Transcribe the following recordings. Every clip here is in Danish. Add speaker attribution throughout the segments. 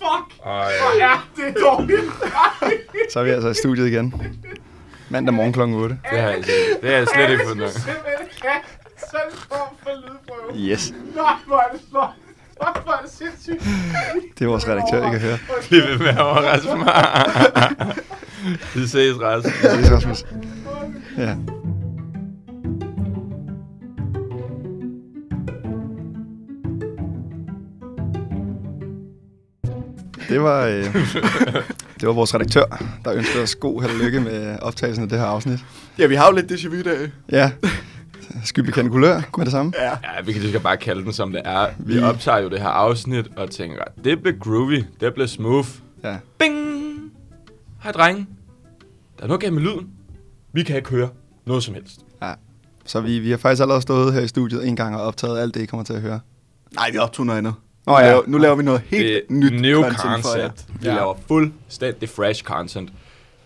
Speaker 1: Fuck!
Speaker 2: Ej.
Speaker 1: Ja, det er dårligt.
Speaker 3: Så er vi altså i studiet igen. Mandag morgen kl. 8.
Speaker 2: Det har jeg, det har jeg slet ikke fået
Speaker 1: Jeg
Speaker 2: nok.
Speaker 1: skal simpelthen have sådan en form for lydprøve.
Speaker 3: Yes.
Speaker 1: Nej, hvor er det flot. Fuck, hvor er det sindssygt.
Speaker 3: Det er vores redaktør, ikke at høre.
Speaker 2: Bliv ved med at overraske mig. Vi ses, Rasmus.
Speaker 3: Vi ses, Rasmus. Ja. Det var, øh, det var vores redaktør, der ønskede os god held og lykke med optagelsen af det her afsnit.
Speaker 4: Ja, vi har jo lidt déjà vu i dag.
Speaker 3: Ja, skyld bekendte kulør med det samme.
Speaker 4: Ja.
Speaker 2: Ja, vi kan lige så godt bare kalde den, som det er. Vi
Speaker 3: Vi-
Speaker 2: optager jo det her afsnit og tænker, det blev groovy, det blev smooth.
Speaker 3: Ja.
Speaker 2: Bing! Hej, drenge. Der er noget galt med lyden. Vi kan ikke høre noget som helst.
Speaker 3: Så vi, vi har faktisk allerede stået her i studiet en gang og optaget alt det, I kommer til at høre.
Speaker 4: Nej, vi optog noget andet.
Speaker 3: Nå
Speaker 4: Nu
Speaker 3: ja.
Speaker 4: laver- Nu laver vi noget helt
Speaker 2: det er
Speaker 4: nyt
Speaker 2: new
Speaker 4: content for jer.
Speaker 2: concept. Vi laver fuldstændig fresh content.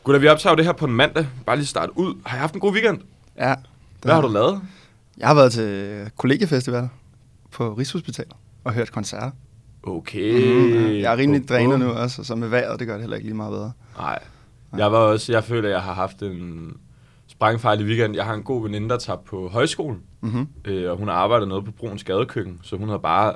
Speaker 2: Gutter, vi optager jo det her på en mandag. Bare lige starte ud. Har jeg haft en god weekend?
Speaker 3: Ja.
Speaker 2: Hvad har du lavet?
Speaker 3: Jeg har været til kollegiefestivaler på Rigshospitalet og hørt koncerter.
Speaker 2: Okay.
Speaker 3: Mm-hmm.
Speaker 4: Øh,
Speaker 3: Jeg er rimelig
Speaker 2: Bum, bum.
Speaker 3: drænet nu også, og så med vejret, det gør det heller ikke lige meget bedre.
Speaker 2: Nej. Jeg var også, jeg føler, at jeg har haft en sprængfejl i weekend. Jeg har en god veninde, der tager på højskolen,
Speaker 4: Mhm.
Speaker 3: Mm-hmm.
Speaker 2: øh, og hun arbejder nede på Bruns Gadekøkken, så hun havde bare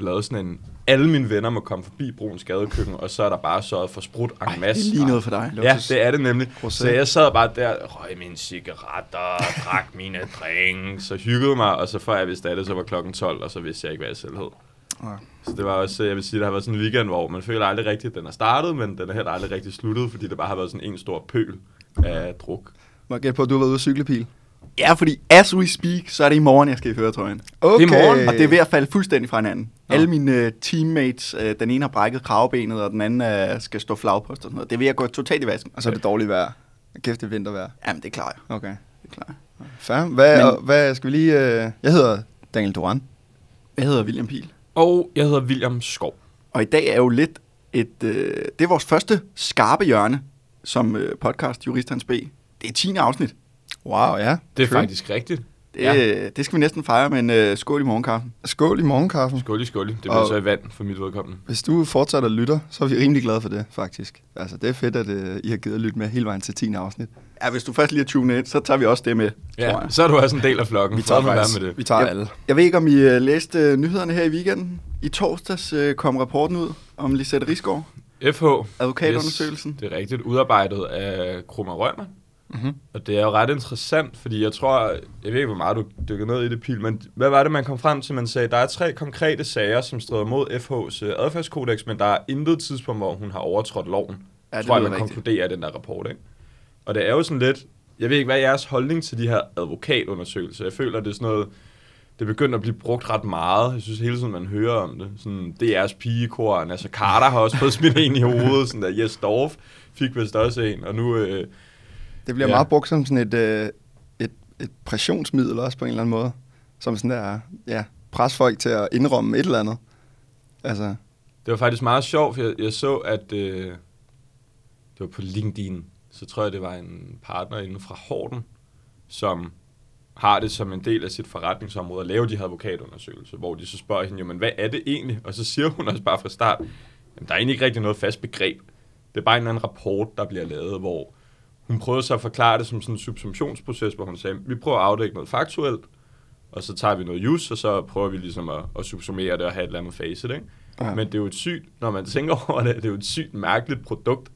Speaker 2: lavet sådan en, alle mine venner må komme forbi Bruns Gadekøkken, og så er der bare sørget for sprut en
Speaker 4: Det er
Speaker 2: masse.
Speaker 4: lige noget for dig.
Speaker 2: Ja, det er det nemlig.
Speaker 3: Rosé.
Speaker 2: Så jeg sad bare der, røg mine cigaretter, drak mine drinks, og hyggede mig, og så før jeg vidste af det, så var klokken 12, og så vidste jeg ikke, hvad jeg selv hed.
Speaker 3: Nej.
Speaker 2: Så det var også, jeg vil sige, der har været sådan en weekend, hvor man føler aldrig rigtigt, at den er startet, men den er heller aldrig rigtig sluttet, fordi det bare har været sådan en stor pøl af druk.
Speaker 3: Må jeg gætte på, at du har været ude at cykle, Pil?
Speaker 4: Ja, fordi as we speak, så er det i morgen, jeg skal i høretrøjen.
Speaker 3: Okay.
Speaker 2: Det er morgen,
Speaker 4: Og det er ved at falde fuldstændig fra hinanden. Nå. Alle mine uh, teammates, uh, den ene har brækket kravbenet, og den anden uh, skal stå flagpost og sådan noget. Det er ved at gå totalt i vasken.
Speaker 3: Og så er det dårligt vejr. Kæft, det er vintervejr.
Speaker 4: Jamen, det klarer jeg.
Speaker 3: Okay.
Speaker 4: Det klarer jeg.
Speaker 3: Fair. Hvad,
Speaker 4: Men-
Speaker 3: Men... og, hvad skal vi lige... Øh... Jeg hedder Daniel Duran.
Speaker 4: Jeg hedder William Pil.
Speaker 2: Og jeg hedder William Skov.
Speaker 4: Og i dag er jo lidt et... Uh, det er vores første skarpe hjørne som uh, podcast, Juristens B. Det er 10. afsnit.
Speaker 3: Wow, ja.
Speaker 2: Det er
Speaker 3: True.
Speaker 2: faktisk rigtigt.
Speaker 4: Det, ja. det skal vi næsten fejre med en øh, skål i morgenkaffen.
Speaker 3: Skål i morgenkaffen.
Speaker 2: Skål i skål. i. Det bliver
Speaker 3: Og-
Speaker 2: så i vand for mit vedkommende.
Speaker 3: Hvis du fortsat at lytter, så er vi rimelig glade for det, faktisk. Altså, det er fedt, at øh, I har givet at lytte med hele vejen til 10. afsnit.
Speaker 4: Ja, hvis du først lige har tunet ind, så tager vi også det med, ja. tror
Speaker 2: Ja,
Speaker 4: jeg.
Speaker 2: så er du også en del af flokken. Fred være med
Speaker 3: Vi
Speaker 2: det.
Speaker 3: tager
Speaker 4: Yep.
Speaker 3: alle.
Speaker 4: Jeg ved ikke, om I øh, læste øh, nyhederne her i weekenden. I torsdags øh, kom rapporten ud om Lisette Risgaard,
Speaker 2: FH.
Speaker 4: advokatundersøgelsen.
Speaker 2: Yes, det er rigtigt. Udarbejdet af Krummer Rømer.
Speaker 3: Mm-hmm.
Speaker 2: Og det er jo ret interessant, fordi jeg tror, jeg ved ikke, hvor meget du dykker ned i det, Pil, men hvad var det, man kom frem til? Man sagde, der er tre konkrete sager, som strider mod FH's øh, adfærdskodex, men der er intet tidspunkt, hvor hun har overtrådt loven.
Speaker 4: Ja,
Speaker 2: Ja,
Speaker 4: det
Speaker 2: tror jeg,
Speaker 4: lyder
Speaker 2: man
Speaker 4: rigtigt.
Speaker 2: konkluderer i den der rapport, ikke? Og det er jo sådan lidt, jeg ved ikke, hvad er jeres holdning til de her advokatundersøgelser? Jeg føler, det er sådan noget, det er begyndt at blive brugt ret meget. Jeg synes hele tiden, man hører om det. Sådan, DR's pigekor, Nasser Carter har også fået smidt en i hovedet. Sådan der, Jes Dorf fik vist også en. Og nu, øh,
Speaker 3: Det bliver
Speaker 2: Ja.
Speaker 3: ja. meget brugt som sådan et, øh, et, et pressionsmiddel også på en eller anden måde. Som sådan der, ja, pres folk til at indrømme et eller andet. Altså,
Speaker 2: Det var faktisk meget sjovt, for jeg, jeg så, at øh, det var på LinkedIn, så tror jeg, det var en partner inden fra Horten, som har det som en del af sit forretningsområde at lave de her advokatundersøgelser, hvor de så spørger hende, jamen, hvad er det egentlig? Og så siger hun også bare fra start, jamen, der er egentlig ikke rigtig noget fast begreb. Det er bare en eller anden rapport, der bliver lavet, hvor hun prøvede så at forklare det som sådan en subsumptionsproces, hvor hun sagde, vi prøver at afdække noget faktuelt, og så tager vi noget use, og så prøver vi ligesom at, at subsumere det og have et eller andet facet, ikke? Ja.
Speaker 3: Ja.
Speaker 2: Men det er jo et sygt, når man tænker over det, det er jo et sygt mærkeligt produkt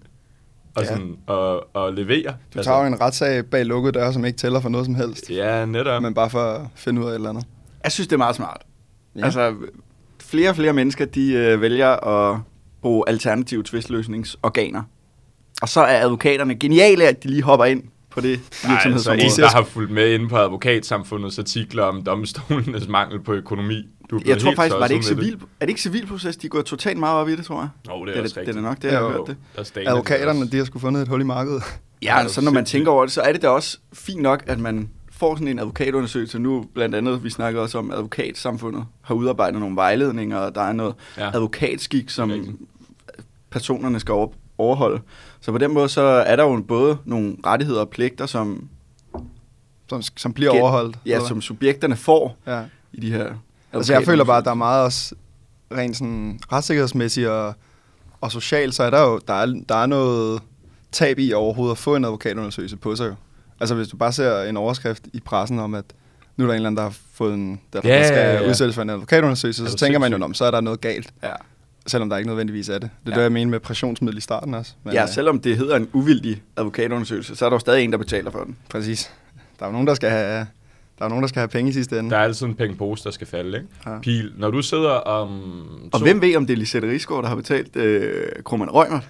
Speaker 2: at,
Speaker 3: Ja.
Speaker 2: sådan, at, at levere. Altså,
Speaker 3: du
Speaker 4: Altså-
Speaker 3: tager jo en retssag bag lukkede døre, som ikke tæller for noget som helst.
Speaker 2: Ja, netop.
Speaker 3: Men bare for at finde ud af et eller andet.
Speaker 4: Jeg synes, det er meget smart. Ja.
Speaker 3: Ja.
Speaker 4: Altså, flere og flere mennesker, de øh, vælger at bruge alternative tvistløsningsorganer. Og så er advokaterne geniale, at de lige hopper ind på det
Speaker 2: Nej, altså,
Speaker 4: virksomhedsområde.
Speaker 2: en, der har fulgt med inde på advokatsamfundets artikler om domstolenes mangel på økonomi. Du er
Speaker 4: Jeg
Speaker 2: blevet
Speaker 4: tror
Speaker 2: helt
Speaker 4: faktisk, var det
Speaker 2: tosset
Speaker 4: ikke
Speaker 2: med
Speaker 4: civil, er det ikke civilproces, de går totalt meget op i det, tror jeg?
Speaker 2: Jo, det er,
Speaker 4: det, er,
Speaker 2: også
Speaker 4: det, det
Speaker 2: rigtigt.
Speaker 4: er nok det, jeg har
Speaker 3: Jo.
Speaker 4: hørt det.
Speaker 2: Der er staten
Speaker 3: Advokaterne,
Speaker 2: altså
Speaker 3: de har sgu fundet et hul i markedet.
Speaker 4: Ja,
Speaker 2: Ja,
Speaker 4: altså, når man
Speaker 2: sindssygt.
Speaker 4: tænker over det, så er det da også fint nok, at man får sådan en advokatundersøgelse. Nu blandt andet, vi snakker også om, at advokatsamfundet har udarbejdet nogle vejledninger, og der er noget
Speaker 2: Ja.
Speaker 4: ja. advokatskik,
Speaker 2: Rigtigt.
Speaker 4: som personerne skal over- overholde. Så på den måde, så er der jo både nogle rettigheder og pligter, som,
Speaker 3: som, som bliver
Speaker 4: Gen-
Speaker 3: overholdt.
Speaker 4: ja,
Speaker 3: eller
Speaker 4: som subjekterne får
Speaker 3: hvad? ja.
Speaker 4: i de her
Speaker 3: Altså, jeg føler bare, at der er meget også rent sådan retssikkerhedsmæssigt og, og socialt, så er der jo der er, der er noget tab i overhovedet at få en advokatundersøgelse på sig jo. Altså hvis du bare ser en overskrift i pressen om, at nu er der en eller anden, der har fået en, der,
Speaker 2: Ja,
Speaker 3: der skal
Speaker 2: ja, ja.
Speaker 3: udsættes for en advokatundersøgelse,
Speaker 2: Er
Speaker 3: så
Speaker 2: du
Speaker 3: tænker man jo,
Speaker 2: sindssyg?
Speaker 3: om så er der noget galt,
Speaker 4: Ja.
Speaker 3: selvom der ikke nødvendigvis er det. Det er
Speaker 4: Ja.
Speaker 3: det, jeg mener med pressionsmiddel i starten også. Men,
Speaker 4: ja,
Speaker 3: øh,
Speaker 4: selvom det hedder en uvildig advokatundersøgelse, så er der jo stadig en, der betaler for den.
Speaker 3: Præcis. Der er jo nogen, der skal have, der er nogen, der skal have penge i sidste ende.
Speaker 2: Der er altid en pengepose, der skal falde, ikke?
Speaker 3: Ja.
Speaker 2: Ja. Pil, når du sidder om...
Speaker 4: Og
Speaker 2: to-
Speaker 4: hvem ved, om det er Lisette Rigsgaard, der har betalt øh, Krummernd Røgmert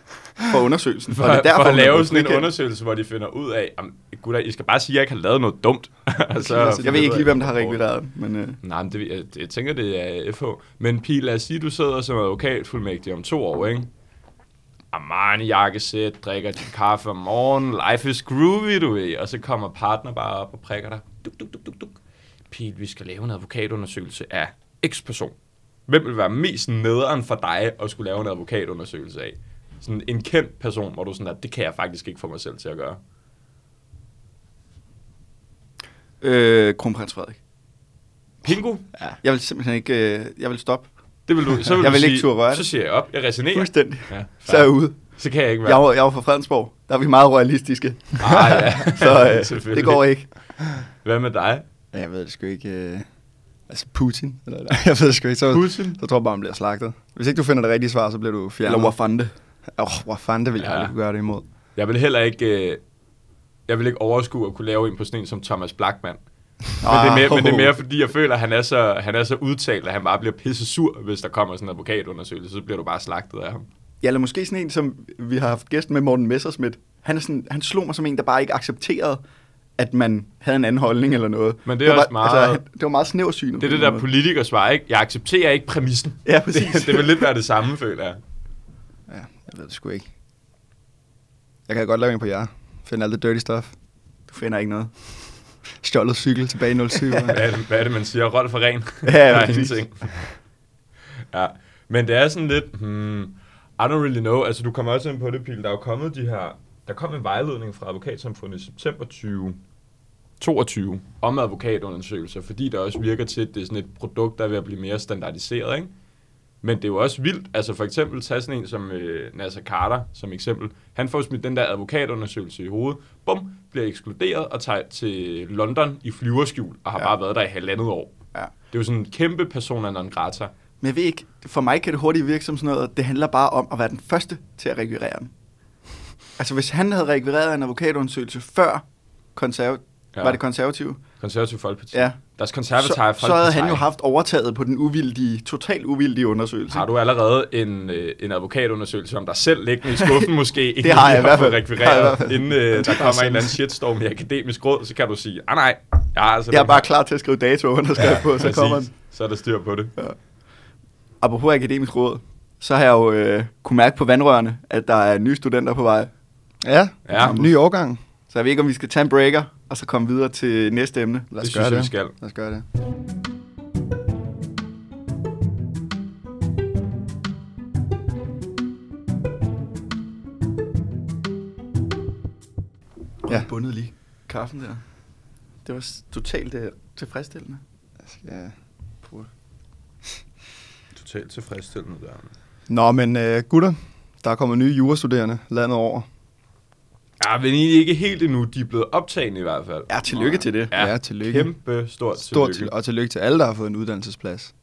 Speaker 4: for undersøgelsen?
Speaker 2: for,
Speaker 4: Og det er
Speaker 2: for at
Speaker 4: hun er
Speaker 2: lave
Speaker 4: blevet
Speaker 2: sådan en
Speaker 4: frikendt.
Speaker 2: undersøgelse, hvor de finder ud af, "Am, gutter, I skal bare sige, at jeg ikke har lavet noget dumt. Og så
Speaker 4: Jeg ved ikke lige, hvem der har
Speaker 2: finder ud af-
Speaker 4: rekvireret den, men... Øh,
Speaker 2: Nej, men det, jeg, jeg tænker, det er FH. Men Pil, lad os sige, du sidder som advokatfuldmægtig om to år, ikke? Armani jakkesæt, drikker din kaffe om morgenen, life is groovy, du ved. Og så kommer partner bare op og prikker dig. Duk, duk, duk, duk, duk. Pil, vi skal lave en advokatundersøgelse af X person. Hvem vil være mest nederen for dig at skulle lave en advokatundersøgelse af? Sådan en kendt person, hvor du sådan der, det kan jeg faktisk ikke få mig selv til at gøre.
Speaker 4: øh, Kronprins Frederik.
Speaker 2: Pingu,
Speaker 4: Jeg vil simpelthen ikke... Øh, jeg vil stoppe.
Speaker 2: det vil du, så vil
Speaker 4: Jeg
Speaker 2: du
Speaker 4: vil
Speaker 2: sige,
Speaker 4: ikke turde røre det.
Speaker 2: så siger jeg op, jeg resonerer.
Speaker 4: Fuldstændig.
Speaker 2: Ja,
Speaker 4: Så er jeg
Speaker 2: fair.
Speaker 4: ude.
Speaker 2: så kan jeg ikke være
Speaker 4: Jeg var, jeg var fra Fredensborg. Der er vi meget realistiske.
Speaker 2: Ah, ja.
Speaker 4: Så øh, det
Speaker 2: Selvfølgelig.
Speaker 4: går ikke.
Speaker 2: Hvad med dig?
Speaker 3: Jeg ved det sgu ikke. Øh... Altså Putin? Eller, eller, jeg ved det sgu ikke. Så,
Speaker 2: Putin?
Speaker 3: Så tror jeg bare, man bliver slagtet. Hvis ikke du finder det rigtige svar, så bliver du fjernet.
Speaker 4: Eller hvor fanden det?
Speaker 3: oh, hvor fanden, det vil jeg
Speaker 2: Ja.
Speaker 3: aldrig kunne gøre det imod.
Speaker 2: Jeg vil heller ikke... Øh, jeg vil ikke overskue at kunne lave en på sådan en som Thomas Blackman. Men, det er mere, men det er mere, fordi jeg føler, at han er, så, han er så udtalt, at han bare bliver pisse sur, hvis der kommer sådan en advokatundersøgelse. Så bliver du bare slagtet af ham.
Speaker 4: Ja, eller måske sådan en, som vi har haft gæst med, Morten Messerschmidt. Han, er sådan, han slog mig som en, der bare ikke accepterede, at man havde en anden holdning eller noget.
Speaker 2: Men det er også
Speaker 4: var, altså,
Speaker 2: meget-
Speaker 4: han- det var meget snæversynet.
Speaker 2: Det er det
Speaker 4: på den
Speaker 2: der
Speaker 4: måde.
Speaker 2: politikersvar, ikke? Jeg accepterer ikke præmissen.
Speaker 4: Ja, præcis.
Speaker 2: Det, det vil lidt være det samme, føler jeg.
Speaker 3: Ja, jeg ved det sgu ikke. Jeg kan godt lave en på jer. Finde alt det dirty stuff.
Speaker 4: Du finder ikke noget.
Speaker 3: Stjålet cykel tilbage i 07.
Speaker 2: Hvad er det, hvad er det man siger? Rolf for ren. der
Speaker 4: Ja,
Speaker 2: er
Speaker 4: præcis.
Speaker 2: ingenting. Ja, men det er sådan lidt, hmm, I don't really know. Altså, du kommer også ind på det, Pil. Der er jo kommet de her... Der kom en vejledning fra advokatsamfundet i september 2022 om advokatundersøgelser, fordi der også virker til, at det er sådan et produkt, der er ved at blive mere standardiseret, ikke? Men det er jo også vildt, altså for eksempel tage sådan en som øh, Nasser Carter som eksempel. Han får smidt den der advokatundersøgelse i hovedet, bum, bliver ekskluderet og tager til London i flyverskjul og har
Speaker 4: Ja.
Speaker 2: ja. bare været der i halvandet år.
Speaker 4: Ja.
Speaker 2: Det er jo sådan en kæmpe persona non grata.
Speaker 4: Men jeg ved ikke, for mig kan det hurtigt virke som sådan noget, det handler bare om at være den første til at rekvirere den. Altså hvis han havde rekvireret en advokatundersøgelse før konserv... ja.
Speaker 2: Ja.
Speaker 4: var det konservative,
Speaker 2: Konservative Folkeparti.
Speaker 4: Ja.
Speaker 2: Deres konservative
Speaker 4: så,
Speaker 2: Folkeparti.
Speaker 4: så havde han jo haft overtaget på den uvildige, totalt uvildige undersøgelse.
Speaker 2: Har du allerede en, øh, en advokatundersøgelse om dig selv liggende i skuffen måske? inden
Speaker 4: Det har jeg
Speaker 2: vi
Speaker 4: i hvert fald.
Speaker 2: fået
Speaker 4: Det har jeg i hvert
Speaker 2: Rekvireret,
Speaker 4: fald.
Speaker 2: inden øh, der kommer en eller anden shitstorm i akademisk råd, så kan du sige, ah nej, jeg har altså
Speaker 4: Jeg er
Speaker 2: den
Speaker 4: bare
Speaker 2: her."
Speaker 4: klar til at skrive dato og underskrift ja, på, og så
Speaker 2: Præcis.
Speaker 4: kommer den.
Speaker 2: Så er der styr på det.
Speaker 4: Apropos akademisk råd, så har jeg jo øh, kunne mærke på vandrørene, at der er nye studenter på vej.
Speaker 3: ja,
Speaker 2: Ja.
Speaker 3: ny årgang.
Speaker 4: Så jeg ved ikke, om vi skal tage en breaker, og så komme videre til næste emne.
Speaker 3: Lad os
Speaker 2: Det
Speaker 3: gøre
Speaker 2: synes jeg,
Speaker 3: det.
Speaker 2: vi skal.
Speaker 3: Lad os gøre det. Ja.
Speaker 4: Ja. bundet lige kaffen der. Det var s- totalt øh, tilfredsstillende.
Speaker 3: Jeg skal prøve.
Speaker 2: Totalt tilfredsstillende der.
Speaker 3: Nå, men øh, gutter, der er kommet nye jurastuderende landet over.
Speaker 2: Ja, men egentlig ikke helt endnu. De er blevet optaget i hvert fald.
Speaker 4: Ja, tillykke til det.
Speaker 3: Ja, tillykke.
Speaker 2: Kæmpe stort,
Speaker 3: Stort
Speaker 2: tillykke.
Speaker 3: til, og tillykke til alle, der har fået en uddannelsesplads.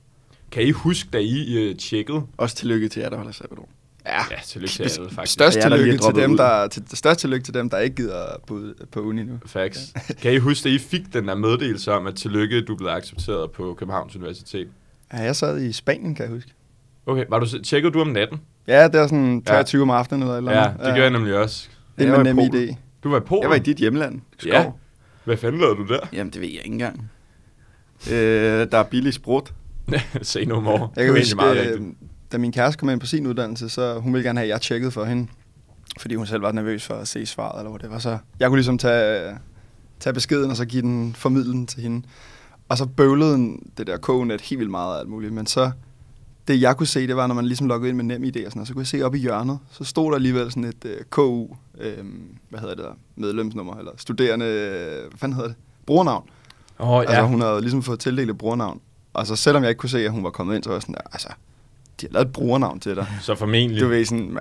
Speaker 2: Kan I huske, da I uh, tjekkede?
Speaker 4: Også tillykke til jer, der holder sabbatår.
Speaker 3: Ja,
Speaker 2: Ja, tillykke til alle, faktisk.
Speaker 3: Størst
Speaker 4: Ja, der lige er
Speaker 3: tillykke til
Speaker 4: droppet
Speaker 3: dem,
Speaker 4: ud.
Speaker 3: der, til, størst tillykke til dem, der ikke gider på, ud- på uni nu.
Speaker 2: Facts. Kan I huske, da I fik den der meddelelse om, at tillykke, du blev accepteret på Københavns Universitet?
Speaker 3: Ja, jeg sad i Spanien, kan jeg huske.
Speaker 2: Okay, var du, så- tjekkede du om natten?
Speaker 3: Ja, det var sådan 23 ja. om aftenen eller et eller
Speaker 2: ja,
Speaker 3: andet.
Speaker 2: det gjorde jeg nemlig også.
Speaker 3: Det
Speaker 4: Jeg
Speaker 3: er
Speaker 4: var i
Speaker 3: min nem
Speaker 4: Polen.
Speaker 3: idé.
Speaker 2: Du var i Polen?
Speaker 4: Jeg var i dit hjemland, Skov.
Speaker 2: Ja. Hvad fanden lavede du der?
Speaker 4: Jamen, det ved jeg ikke engang. Øh, der er billig sprut.
Speaker 2: Se no more.
Speaker 3: Jeg kan
Speaker 2: Det var egentlig
Speaker 3: huske,
Speaker 2: rigtigt.
Speaker 3: øh, da min kæreste kom ind på sin uddannelse, så hun ville gerne have, at jeg tjekkede for hende. Fordi hun selv var nervøs for at se svaret, eller hvad det var. Så jeg kunne ligesom tage, tage beskeden, og så give den, formidle den til hende. Og så bøvlede den, det der K-net helt vildt meget og alt muligt. Men så, det jeg kunne se, det var, når man ligesom loggede ind med nem idé og sådan noget, så kunne jeg se op i hjørnet, så stod der alligevel sådan et øh, KU, øh, hvad hedder det der, medlemsnummer, eller studerende, øh, hvad fanden hedder det, brugernavn.
Speaker 2: Åh,
Speaker 3: Altså,
Speaker 2: ja.
Speaker 3: hun havde ligesom fået tildelt et brugernavn. Og så selvom jeg ikke kunne se, at hun var kommet ind, så var jeg sådan der, altså, de har lavet et brugernavn til dig.
Speaker 2: Så formentlig.
Speaker 3: Du ved sådan,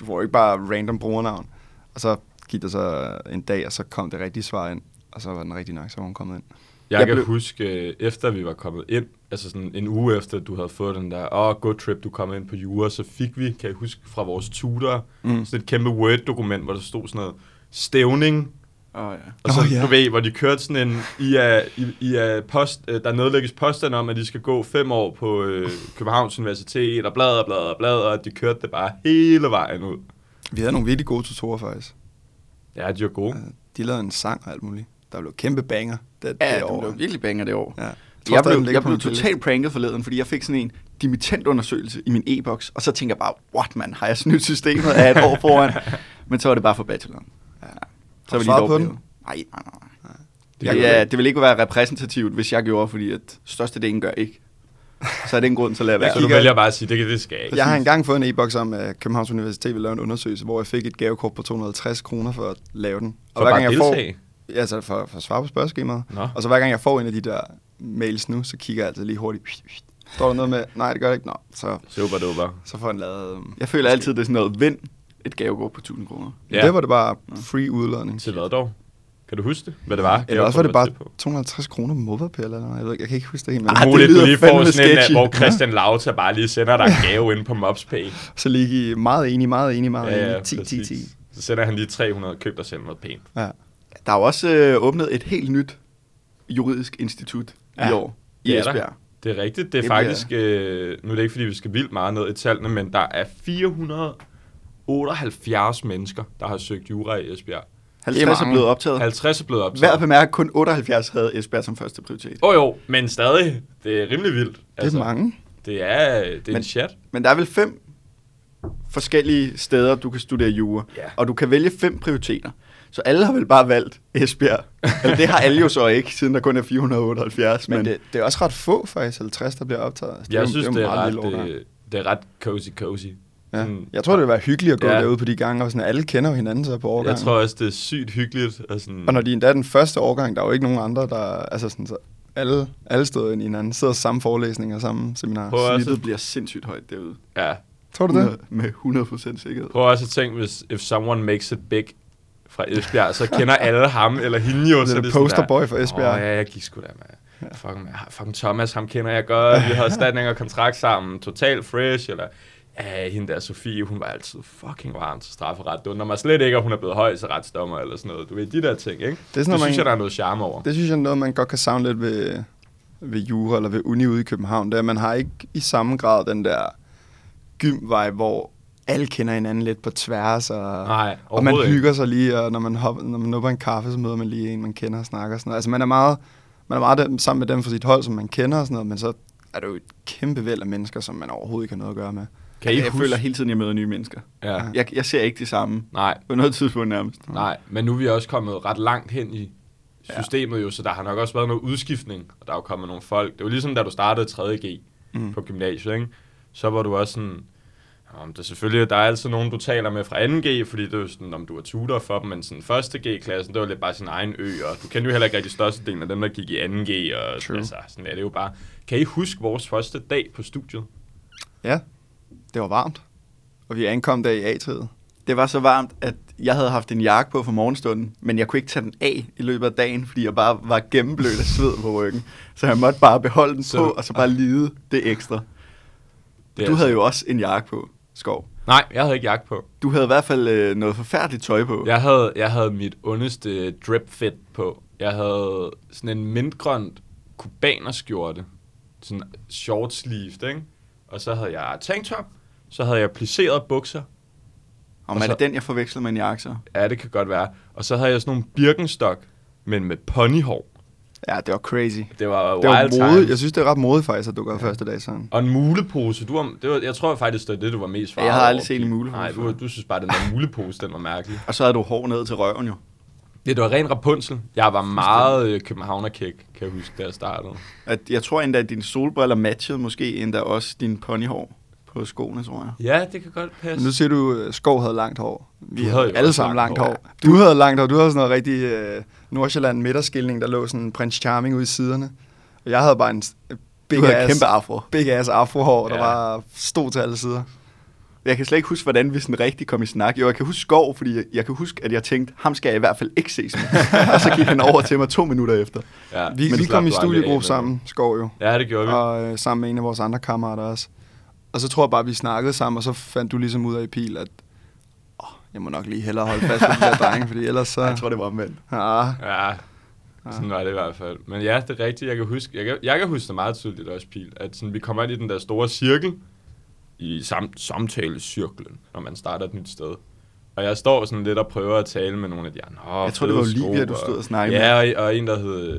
Speaker 3: du får ikke bare random brugernavn. Og så gik der så en dag, og så kom det rigtige svar ind. Og så var den rigtig nok, så var hun kommet ind.
Speaker 2: Jeg, jeg
Speaker 4: Jeg
Speaker 2: kan
Speaker 4: blev-
Speaker 2: huske, øh, efter vi var kommet ind, altså sådan en uge efter, du havde fået den der, åh, oh, good trip, du kom ind på jura, så fik vi, kan jeg huske, fra vores tutor, mm. sådan et kæmpe Word-dokument, hvor der stod sådan noget, stævning,
Speaker 4: Åh, ja.
Speaker 2: og så,
Speaker 3: Nå, ja.
Speaker 2: du ved, hvor de kørte sådan en, I er, I, I er post, øh, der nedlægges påstand om, at de skal gå fem år på øh, Københavns Universitet, og blad og blad og blad, og de kørte det bare hele vejen ud.
Speaker 3: Vi havde nogle virkelig gode tutorer faktisk.
Speaker 2: Ja, de var gode.
Speaker 3: Øh, De lavede en sang og alt muligt. Der blev kæmpe banger det,
Speaker 4: Ja,
Speaker 3: det
Speaker 4: det
Speaker 3: år.
Speaker 4: blev virkelig banger det år.
Speaker 3: Ja.
Speaker 4: Ja.
Speaker 3: Jeg tror
Speaker 4: Jeg
Speaker 3: stadig, den
Speaker 4: blev,
Speaker 3: ligger
Speaker 4: jeg
Speaker 3: på
Speaker 4: blev
Speaker 3: min playlist.
Speaker 4: totalt pranket forleden, fordi jeg fik sådan en dimittentundersøgelse i min e-boks, og så tænker jeg bare, what man, har jeg snydt systemet af et år foran? Men så var det bare for bacheloren. Ja. Så
Speaker 3: du svaret på
Speaker 4: dårlige.
Speaker 3: den?
Speaker 4: Nej, nej, nej. nej.
Speaker 2: Det kan
Speaker 4: Det, ja,
Speaker 2: jeg-
Speaker 4: det ville ikke være repræsentativt, hvis jeg gjorde, fordi at størstedelen gør ikke. Så er det en grund til at lade være.
Speaker 2: Så du
Speaker 3: kigger-
Speaker 2: vælger bare at sige, det, kan- det skal jeg ikke.
Speaker 3: Jeg har engang fået en e-boks om, at Københavns Universitet vil lave en undersøgelse, hvor jeg fik et gavekort på 250 kroner for at lave den.
Speaker 2: For bare at
Speaker 3: jeg får,
Speaker 2: deltage?
Speaker 3: Ja, altså for, for at svare på spørgeskemaet.
Speaker 2: Nå.
Speaker 3: Og så hver gang jeg får en af de der mails nu, så kigger jeg altid lige hurtigt. Står der noget med, nej, det gør det ikke. Nå, så,
Speaker 2: Super duper.
Speaker 3: så får jeg en lavet. øhm,
Speaker 4: Jeg føler altid, det er sådan noget, vind et gavekort på 1000 kroner.
Speaker 2: Ja.
Speaker 3: Det var det bare free udladning.
Speaker 2: Til hvad dog? Kan du huske det? Hvad det var?
Speaker 3: Eller også var
Speaker 2: Kan jeg
Speaker 3: det bare
Speaker 2: få til på?
Speaker 3: 250 kroner Mobapil eller noget. Jeg, ved, ikke, jeg kan ikke huske det helt, men
Speaker 4: Ah, det
Speaker 2: Muligt, du
Speaker 4: lyder
Speaker 2: lige får
Speaker 4: fandme
Speaker 2: sådan en, øh,
Speaker 4: sketchy.
Speaker 2: hvor Christian Lauta bare lige sender dig en gave ind på MobsPay.
Speaker 3: så lige meget enig, meget enig, meget enig. 10, 10,
Speaker 2: præcis.
Speaker 3: 10.
Speaker 2: Så sender han lige 300, køb dig selv noget pænt.
Speaker 3: Ja.
Speaker 4: Der er jo også øh, åbnet et helt nyt juridisk institut ja. i
Speaker 3: Ja.
Speaker 4: år i
Speaker 2: Det er der.
Speaker 4: Esbjerg.
Speaker 2: Det er rigtigt. Det er
Speaker 4: Det
Speaker 2: faktisk, øh, nu er det ikke fordi, vi skal vildt meget ned i tallene, men der er 478 mennesker, der har søgt jura i Esbjerg.
Speaker 4: 50 er,
Speaker 3: mange.
Speaker 4: blevet optaget.
Speaker 2: 50 er blevet
Speaker 4: Værd at
Speaker 2: optaget.
Speaker 4: bemærke, kun 78 havde Esbjerg som første prioritet.
Speaker 2: Åh oh, jo, men stadig. Det er rimelig vildt. Altså,
Speaker 3: Det er mange.
Speaker 2: Det er, øh, det er men, en
Speaker 4: Men-
Speaker 2: chat.
Speaker 4: Men der er vel fem forskellige steder, du kan studere jura.
Speaker 2: Ja.
Speaker 4: Og du kan vælge fem prioriteter. Så alle har vel bare valgt Esbjerg. Eller det har alle jo så ikke, siden der kun er 478. Men,
Speaker 3: Men det, det er også ret få faktisk, 50, der bliver optaget. Altså, Det
Speaker 2: Jeg
Speaker 3: jo-
Speaker 2: synes,
Speaker 3: jo
Speaker 2: det er,
Speaker 3: en meget lille
Speaker 2: ret,
Speaker 3: årgang.
Speaker 2: øh, det er ret cozy cozy.
Speaker 3: Ja.
Speaker 2: Sådan-
Speaker 3: Jeg tror, det ville være hyggeligt at gå
Speaker 2: Ja.
Speaker 3: ja. derude på de gange, og sådan, alle kender jo hinanden så på årgangen.
Speaker 2: Jeg tror også, det er sygt hyggeligt. Og sådan,
Speaker 3: Og når de endda er den første årgang, der er jo ikke nogen andre, der... Altså sådan, så alle, alle stod ind i hinanden, sidder samme forelæsning og samme seminar.
Speaker 2: Prøv at-
Speaker 4: snittet bliver sindssygt højt derude.
Speaker 2: ja.
Speaker 3: Tror du det?
Speaker 4: Med 100% sikkerhed.
Speaker 2: Prøv også at tænke, hvis if someone makes it big fra Esbjerg, så kender alle ham eller hende jo.
Speaker 3: Det er
Speaker 2: så
Speaker 3: the
Speaker 2: sådan
Speaker 3: poster
Speaker 2: der,
Speaker 3: boy for Esbjerg.
Speaker 2: Åh, ja, jeg gik sgu da med. Fucking, med- fucking Thomas, ham kender jeg godt. Vi har erstatning og kontrakt sammen. Total fresh. Eller, ja, hende der Sofie, hun var altid fucking varm til strafferet. Det undrer mig slet ikke, at hun er blevet højesteretsdommer eller sådan noget. Du ved, de der ting, ikke? Det,
Speaker 3: sådan
Speaker 2: det
Speaker 3: noget,
Speaker 2: synes
Speaker 3: man-
Speaker 2: jeg, der er noget charme over.
Speaker 3: Det synes jeg er noget, man godt kan savne lidt ved, ved jura eller ved uni ude i København. Det er, at man har ikke i samme grad den der gymvej, hvor alle kender hinanden lidt på tværs, og,
Speaker 2: Nej,
Speaker 3: og man
Speaker 2: overhovedet
Speaker 3: hygger sig lige, og når man, hopper, når man nupper en kaffe, så møder man lige en, man kender og snakker. og Sådan noget. Altså man er meget, man er meget dem, sammen med dem fra sit hold, som man kender og sådan noget, men så er det jo et kæmpe væld af mennesker, som man overhovedet ikke har noget at gøre med.
Speaker 2: Kan I
Speaker 4: jeg
Speaker 2: huske?
Speaker 4: føler hele tiden, jeg møder nye mennesker.
Speaker 2: Ja.
Speaker 4: Jeg, jeg ser ikke det samme.
Speaker 2: Nej,
Speaker 4: På noget tidspunkt nærmest.
Speaker 2: Mm. Nej, men nu er vi også kommet ret langt hen i systemet jo, så der har nok også været noget udskiftning, og der er jo kommet nogle folk. Det var ligesom, da du startede 3.G mm. på gymnasiet, ikke? så var du også sådan, om det er selvfølgelig, der er altid nogen, du taler med fra 2.G, fordi det er jo sådan, om du er tutor for dem, men sådan 1.G-klassen, det var lidt bare sin egen ø, og du kendte jo heller ikke rigtig størstedelen af dem, der gik i 2.G, og
Speaker 3: True.
Speaker 2: altså, sådan er det jo bare. Kan I huske vores første dag på studiet?
Speaker 3: Ja, det var varmt, og vi ankom der i A-triet.
Speaker 4: Det var så varmt, at jeg havde haft en jakke på for morgenstunden, men jeg kunne ikke tage den af i løbet af dagen, fordi jeg bare var gennemblødt af sved på ryggen. Så jeg måtte bare beholde den
Speaker 2: Så-
Speaker 4: på, og så bare lide det ekstra.
Speaker 2: Det er
Speaker 4: Du
Speaker 2: altså-
Speaker 4: havde jo også en jakke på, Skov.
Speaker 2: Nej, jeg havde ikke jagt på.
Speaker 4: Du havde i hvert fald øh, noget forfærdeligt tøj på.
Speaker 2: Jeg havde, jeg havde mit ondeste drip fit på. Jeg havde sådan en mintgrønt kubanerskjorte. Sådan short sleeved, ikke? Og så havde jeg tanktop. Så havde jeg plisserede bukser. Og
Speaker 4: Og er
Speaker 2: så-
Speaker 4: det den, jeg forvekslede med en jakke så?
Speaker 2: Ja, det kan godt være. Og så havde jeg sådan nogle birkenstok, men med ponyhår.
Speaker 3: Ja, det var crazy.
Speaker 2: Det var
Speaker 3: Det var
Speaker 2: wild
Speaker 3: modigt.
Speaker 2: time.
Speaker 3: Jeg synes, det er ret modigt faktisk, at du gør ja. første dag sådan.
Speaker 2: Og en mulepose. Du var, det var, jeg tror faktisk, det var det, du var mest
Speaker 4: Ja,
Speaker 2: farvet
Speaker 4: jeg har aldrig
Speaker 2: over,
Speaker 4: set en
Speaker 2: Pete.
Speaker 4: mulepose
Speaker 2: Nej, du,
Speaker 4: før.
Speaker 2: du synes bare, den der mulepose, den var mærkelig.
Speaker 4: Og så havde du hår ned til røven jo.
Speaker 2: Det, det var ren Rapunzel. Jeg var meget øh, københavnerkæk, kan jeg huske, da jeg startede.
Speaker 4: At jeg tror endda, at dine solbriller matchede måske endda også din ponyhår på skoene, tror jeg.
Speaker 2: Ja, det kan godt passe.
Speaker 3: Men nu siger du, at Skov havde langt hår. Vi
Speaker 2: Du
Speaker 3: havde,
Speaker 2: havde
Speaker 3: havde
Speaker 2: jo
Speaker 3: alle
Speaker 2: også
Speaker 3: sammen
Speaker 2: langt
Speaker 3: langt
Speaker 2: hår.
Speaker 3: hår. Du havde langt hår. Du havde sådan noget rigtig øh, Nordsjælland midterskilning, der lå sådan en prins charming ude i siderne. Og jeg havde bare en,
Speaker 4: Du
Speaker 3: big
Speaker 4: havde
Speaker 3: ass,
Speaker 4: kæmpe afro.
Speaker 3: big ass afrohår, der
Speaker 2: Ja.
Speaker 3: var stod til alle sider.
Speaker 4: Jeg kan slet ikke huske, hvordan vi sådan rigtig kom i snak. Jo, jeg kan huske Skov, fordi jeg, jeg kan huske, at jeg tænkte, ham skal jeg i hvert fald ikke ses med. og så gik han over til mig to minutter efter.
Speaker 2: Ja,
Speaker 3: Vi,
Speaker 2: så
Speaker 3: vi
Speaker 2: slap
Speaker 3: kom i
Speaker 2: du aldrig af med
Speaker 3: studiegruppe
Speaker 2: det.
Speaker 3: sammen, Skov jo,
Speaker 2: Ja, det gjorde vi.
Speaker 3: og øh, sammen med en af vores andre kammerater også. Og så tror jeg bare, vi snakkede sammen, og så fandt du ligesom ud af i pil, at oh, jeg må nok lige hellere holde fast på de der drenge, fordi ellers så...
Speaker 4: Jeg tror, det var omvendt.
Speaker 3: ah,
Speaker 2: Ja, sådan var det i hvert fald. Men ja, det er rigtigt. Jeg kan huske, jeg kan, jeg kan huske det meget tydeligt også, Pil, at sådan, vi kommer ind i den der store cirkel, i sam, samtalecirklen, når man starter et nyt sted. Og jeg står sådan lidt og prøver at tale med nogle af de andre. "Åh,
Speaker 4: Jeg tror, det
Speaker 2: fede
Speaker 4: var Olivia,
Speaker 2: sko,"
Speaker 4: du stod og snakkede
Speaker 2: Ja, og, og en, der hed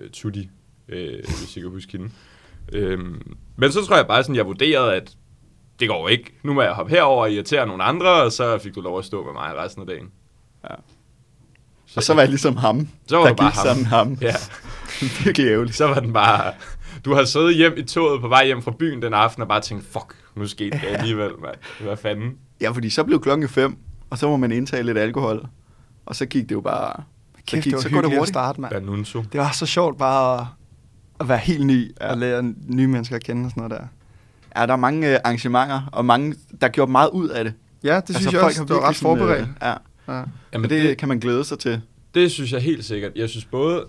Speaker 2: øh, Tutti, øh, hvis jeg kan huske hende. Øhm, men så tror jeg bare sådan, jeg vurderede, at det går ikke. Nu må jeg hoppe herover og irritere nogle andre, og så fik du lov at stå med mig resten af dagen.
Speaker 4: Ja. Og så var jeg ligesom ham,
Speaker 2: Så var
Speaker 4: der
Speaker 2: du bare
Speaker 4: gik
Speaker 2: ham.
Speaker 4: sammen ham.
Speaker 2: Ja.
Speaker 4: Virkelig ærgerligt.
Speaker 2: Så var den bare... Du har siddet hjem i toget på vej hjem fra byen den aften og bare tænkt, fuck, nu skete det alligevel, mand. Hvad fanden?
Speaker 4: Ja, fordi så blev klokken 5, og så må man indtage lidt alkohol. Og så gik det jo bare... så,
Speaker 3: kæft,
Speaker 4: gik,
Speaker 3: det var
Speaker 4: så
Speaker 3: så
Speaker 4: går det
Speaker 3: hyggeligt at
Speaker 4: hurtigt.
Speaker 3: starte, mand.
Speaker 2: Banunso.
Speaker 3: Det var så sjovt bare at, at være helt ny, ja. og lære nye mennesker at kende og sådan noget der.
Speaker 4: Ja, der er mange øh, arrangementer, og mange, der gjorde meget ud af det.
Speaker 3: Ja, det synes altså, jeg
Speaker 4: folk
Speaker 3: også,
Speaker 4: har
Speaker 3: det var ret
Speaker 4: virkelig sådan, øh,
Speaker 3: forberedt.
Speaker 4: Ja,
Speaker 3: Ja.
Speaker 4: men
Speaker 2: Jamen,
Speaker 4: det,
Speaker 2: det,
Speaker 4: kan man glæde sig til.
Speaker 2: det synes jeg helt sikkert. Jeg synes både...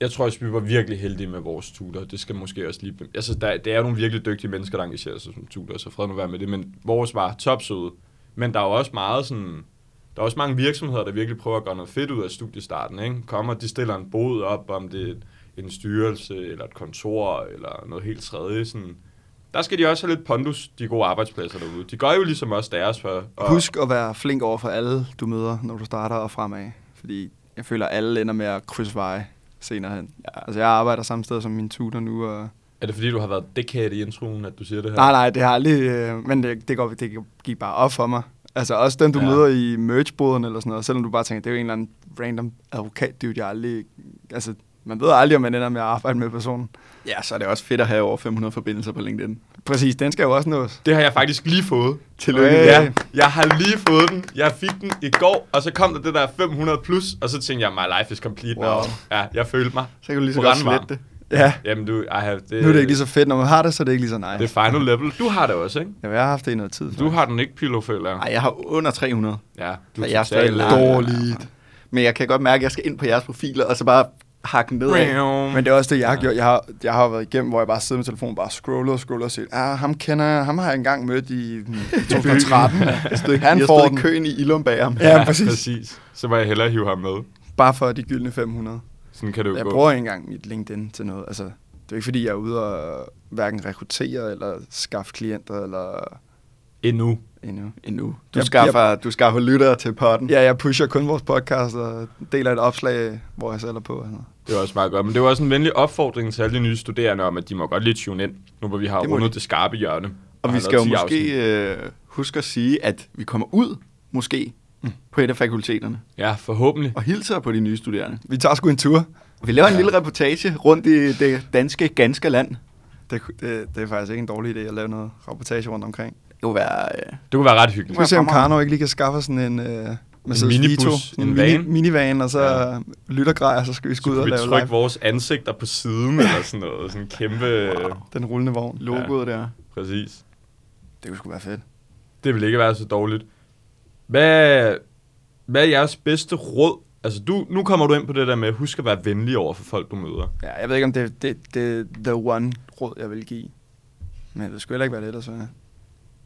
Speaker 2: Jeg tror, at vi var virkelig heldige med vores tutor. Det skal måske også lige... Altså, der, det er jo nogle virkelig dygtige mennesker, der engagerer sig som tutor, så fred nu være med det. Men vores var topsøde. Men der er jo også meget sådan... Der er også mange virksomheder, der virkelig prøver at gøre noget fedt ud af studiestarten. Ikke? Kommer, de stiller en bod op, om det er en styrelse, eller et kontor, eller noget helt tredje. Sådan. Der skal de også have lidt pondus, de gode arbejdspladser derude. De gør jo ligesom også deres for... at-
Speaker 3: Husk at være flink over for alle, du møder, når du starter og fremad. Fordi jeg føler, at alle ender med at krydse veje senere hen. Ja. Altså, jeg arbejder samme sted som min tutor nu. Og...
Speaker 2: Er det fordi, du har været dickhead i introen, at du siger det her?
Speaker 3: Nej, nej, det har aldrig... Øh, men det, det, går, det gik bare op for mig. Altså også dem, du
Speaker 2: Ja.
Speaker 3: ja. møder i merchboden eller sådan noget. Selvom du bare tænker, det er jo en eller anden random advokat, dude, jeg aldrig... Altså, man ved aldrig, om man ender med at arbejde med personen.
Speaker 4: Ja, så er det også fedt at have over 500 forbindelser på LinkedIn.
Speaker 3: Præcis, den skal jo også nås.
Speaker 2: Det har jeg faktisk lige fået.
Speaker 4: Tillykke.
Speaker 3: Øh.
Speaker 2: Ja, jeg har lige fået den. Jeg fik den i går, og så kom der det der 500 plus, og så tænkte jeg, my life is complete wow. now.
Speaker 4: Wow.
Speaker 2: Ja, jeg følte mig.
Speaker 4: Så kan du lige så godt
Speaker 2: brandvarm.
Speaker 4: slette det.
Speaker 3: Ja,
Speaker 2: Jamen du, I have, det,
Speaker 3: nu
Speaker 4: Øh.
Speaker 3: er det ikke lige så fedt, når man har det, så er det ikke lige så nice.
Speaker 2: Det er final level. Du har det også, ikke?
Speaker 3: Jamen, jeg har haft det i noget tid.
Speaker 2: Du har den ikke, Pilo, føler jeg.
Speaker 4: Nej, jeg har under 300.
Speaker 2: Ja, du
Speaker 4: Så jeg
Speaker 2: total-
Speaker 4: er stadig langt.
Speaker 3: dårligt.
Speaker 4: Men jeg kan godt mærke, at jeg skal ind på jeres profiler, og så bare hakke ned af.
Speaker 3: Mm. Men det er også det, jeg har gjort. Jeg har, jeg har været igennem, hvor jeg bare sidder med telefonen, bare scroller og scroller og siger, ah, ham kender jeg, ham har jeg engang mødt i mm, 2013.
Speaker 4: Jeg stod, ikke-
Speaker 3: Han
Speaker 4: jeg
Speaker 3: får
Speaker 4: stod
Speaker 3: den.
Speaker 4: i køen i Ilum bag ham.
Speaker 3: Ja, præcis.
Speaker 2: præcis. Så må jeg hellere hive ham med.
Speaker 3: bare for de gyldne 500.
Speaker 2: Sådan kan det jo
Speaker 3: Jeg
Speaker 2: gå.
Speaker 3: bruger ikke engang mit LinkedIn til noget. Altså, det er jo ikke, fordi jeg er ude og hverken rekruttere eller skaffe klienter eller
Speaker 2: Endnu.
Speaker 3: endnu.
Speaker 4: Endnu. Du,
Speaker 3: Jeg-
Speaker 4: skaffer, du skaffer lyttere til potten.
Speaker 3: Ja, jeg pusher kun vores podcast og deler et opslag, hvor jeg selv er på. Og sådan noget.
Speaker 2: Det var også meget godt. Men det var også en venlig opfordring til alle de nye studerende om, at de må godt lige tune ind, nu hvor vi har
Speaker 4: Det må
Speaker 2: rundet
Speaker 4: de.
Speaker 2: det skarpe hjørne.
Speaker 4: Og
Speaker 2: har
Speaker 4: vi skal jo
Speaker 2: lavet 10 afsnit.
Speaker 4: måske øh, huske at sige, at vi kommer ud, måske, på et af fakulteterne,
Speaker 2: Ja, forhåbentlig.
Speaker 4: og hilser på de nye studerende.
Speaker 3: Vi tager sgu en tur.
Speaker 4: Vi laver en lille reportage rundt i det danske, ganske land.
Speaker 3: Det, det, det er faktisk ikke en dårlig idé at lave noget rapportage rundt omkring.
Speaker 4: Det kunne være... Øh,
Speaker 2: Det kunne være ret hyggeligt.
Speaker 3: Skal vi se, om
Speaker 4: fremragende.
Speaker 3: Karno ikke lige kan skaffe os sådan en øh, Mercedes
Speaker 2: minibus,
Speaker 3: Vito,
Speaker 2: en
Speaker 3: en, mini,
Speaker 2: van.
Speaker 3: minivan, og så
Speaker 2: Ja.
Speaker 3: ja. lyttergrejer, så skal vi
Speaker 2: Så
Speaker 3: sgu ud
Speaker 2: kunne
Speaker 3: og
Speaker 2: vi
Speaker 3: lave
Speaker 2: trykke
Speaker 3: live.
Speaker 2: vores ansigter på siden eller sådan noget. Sådan en kæmpe... Wow.
Speaker 3: Den rullende vogn.
Speaker 4: logoet ja. der.
Speaker 2: Præcis.
Speaker 3: Det kunne sgu være fedt.
Speaker 2: Det ville ikke være så dårligt. Hvad, hvad er jeres bedste råd? Altså, du, nu kommer du ind på det der med, at husk at være venlig over for folk, du møder.
Speaker 3: Ja, jeg ved ikke, om det, det, det er the one råd, jeg vil give. Men jeg ved sgu heller ikke, hvad det ellers er.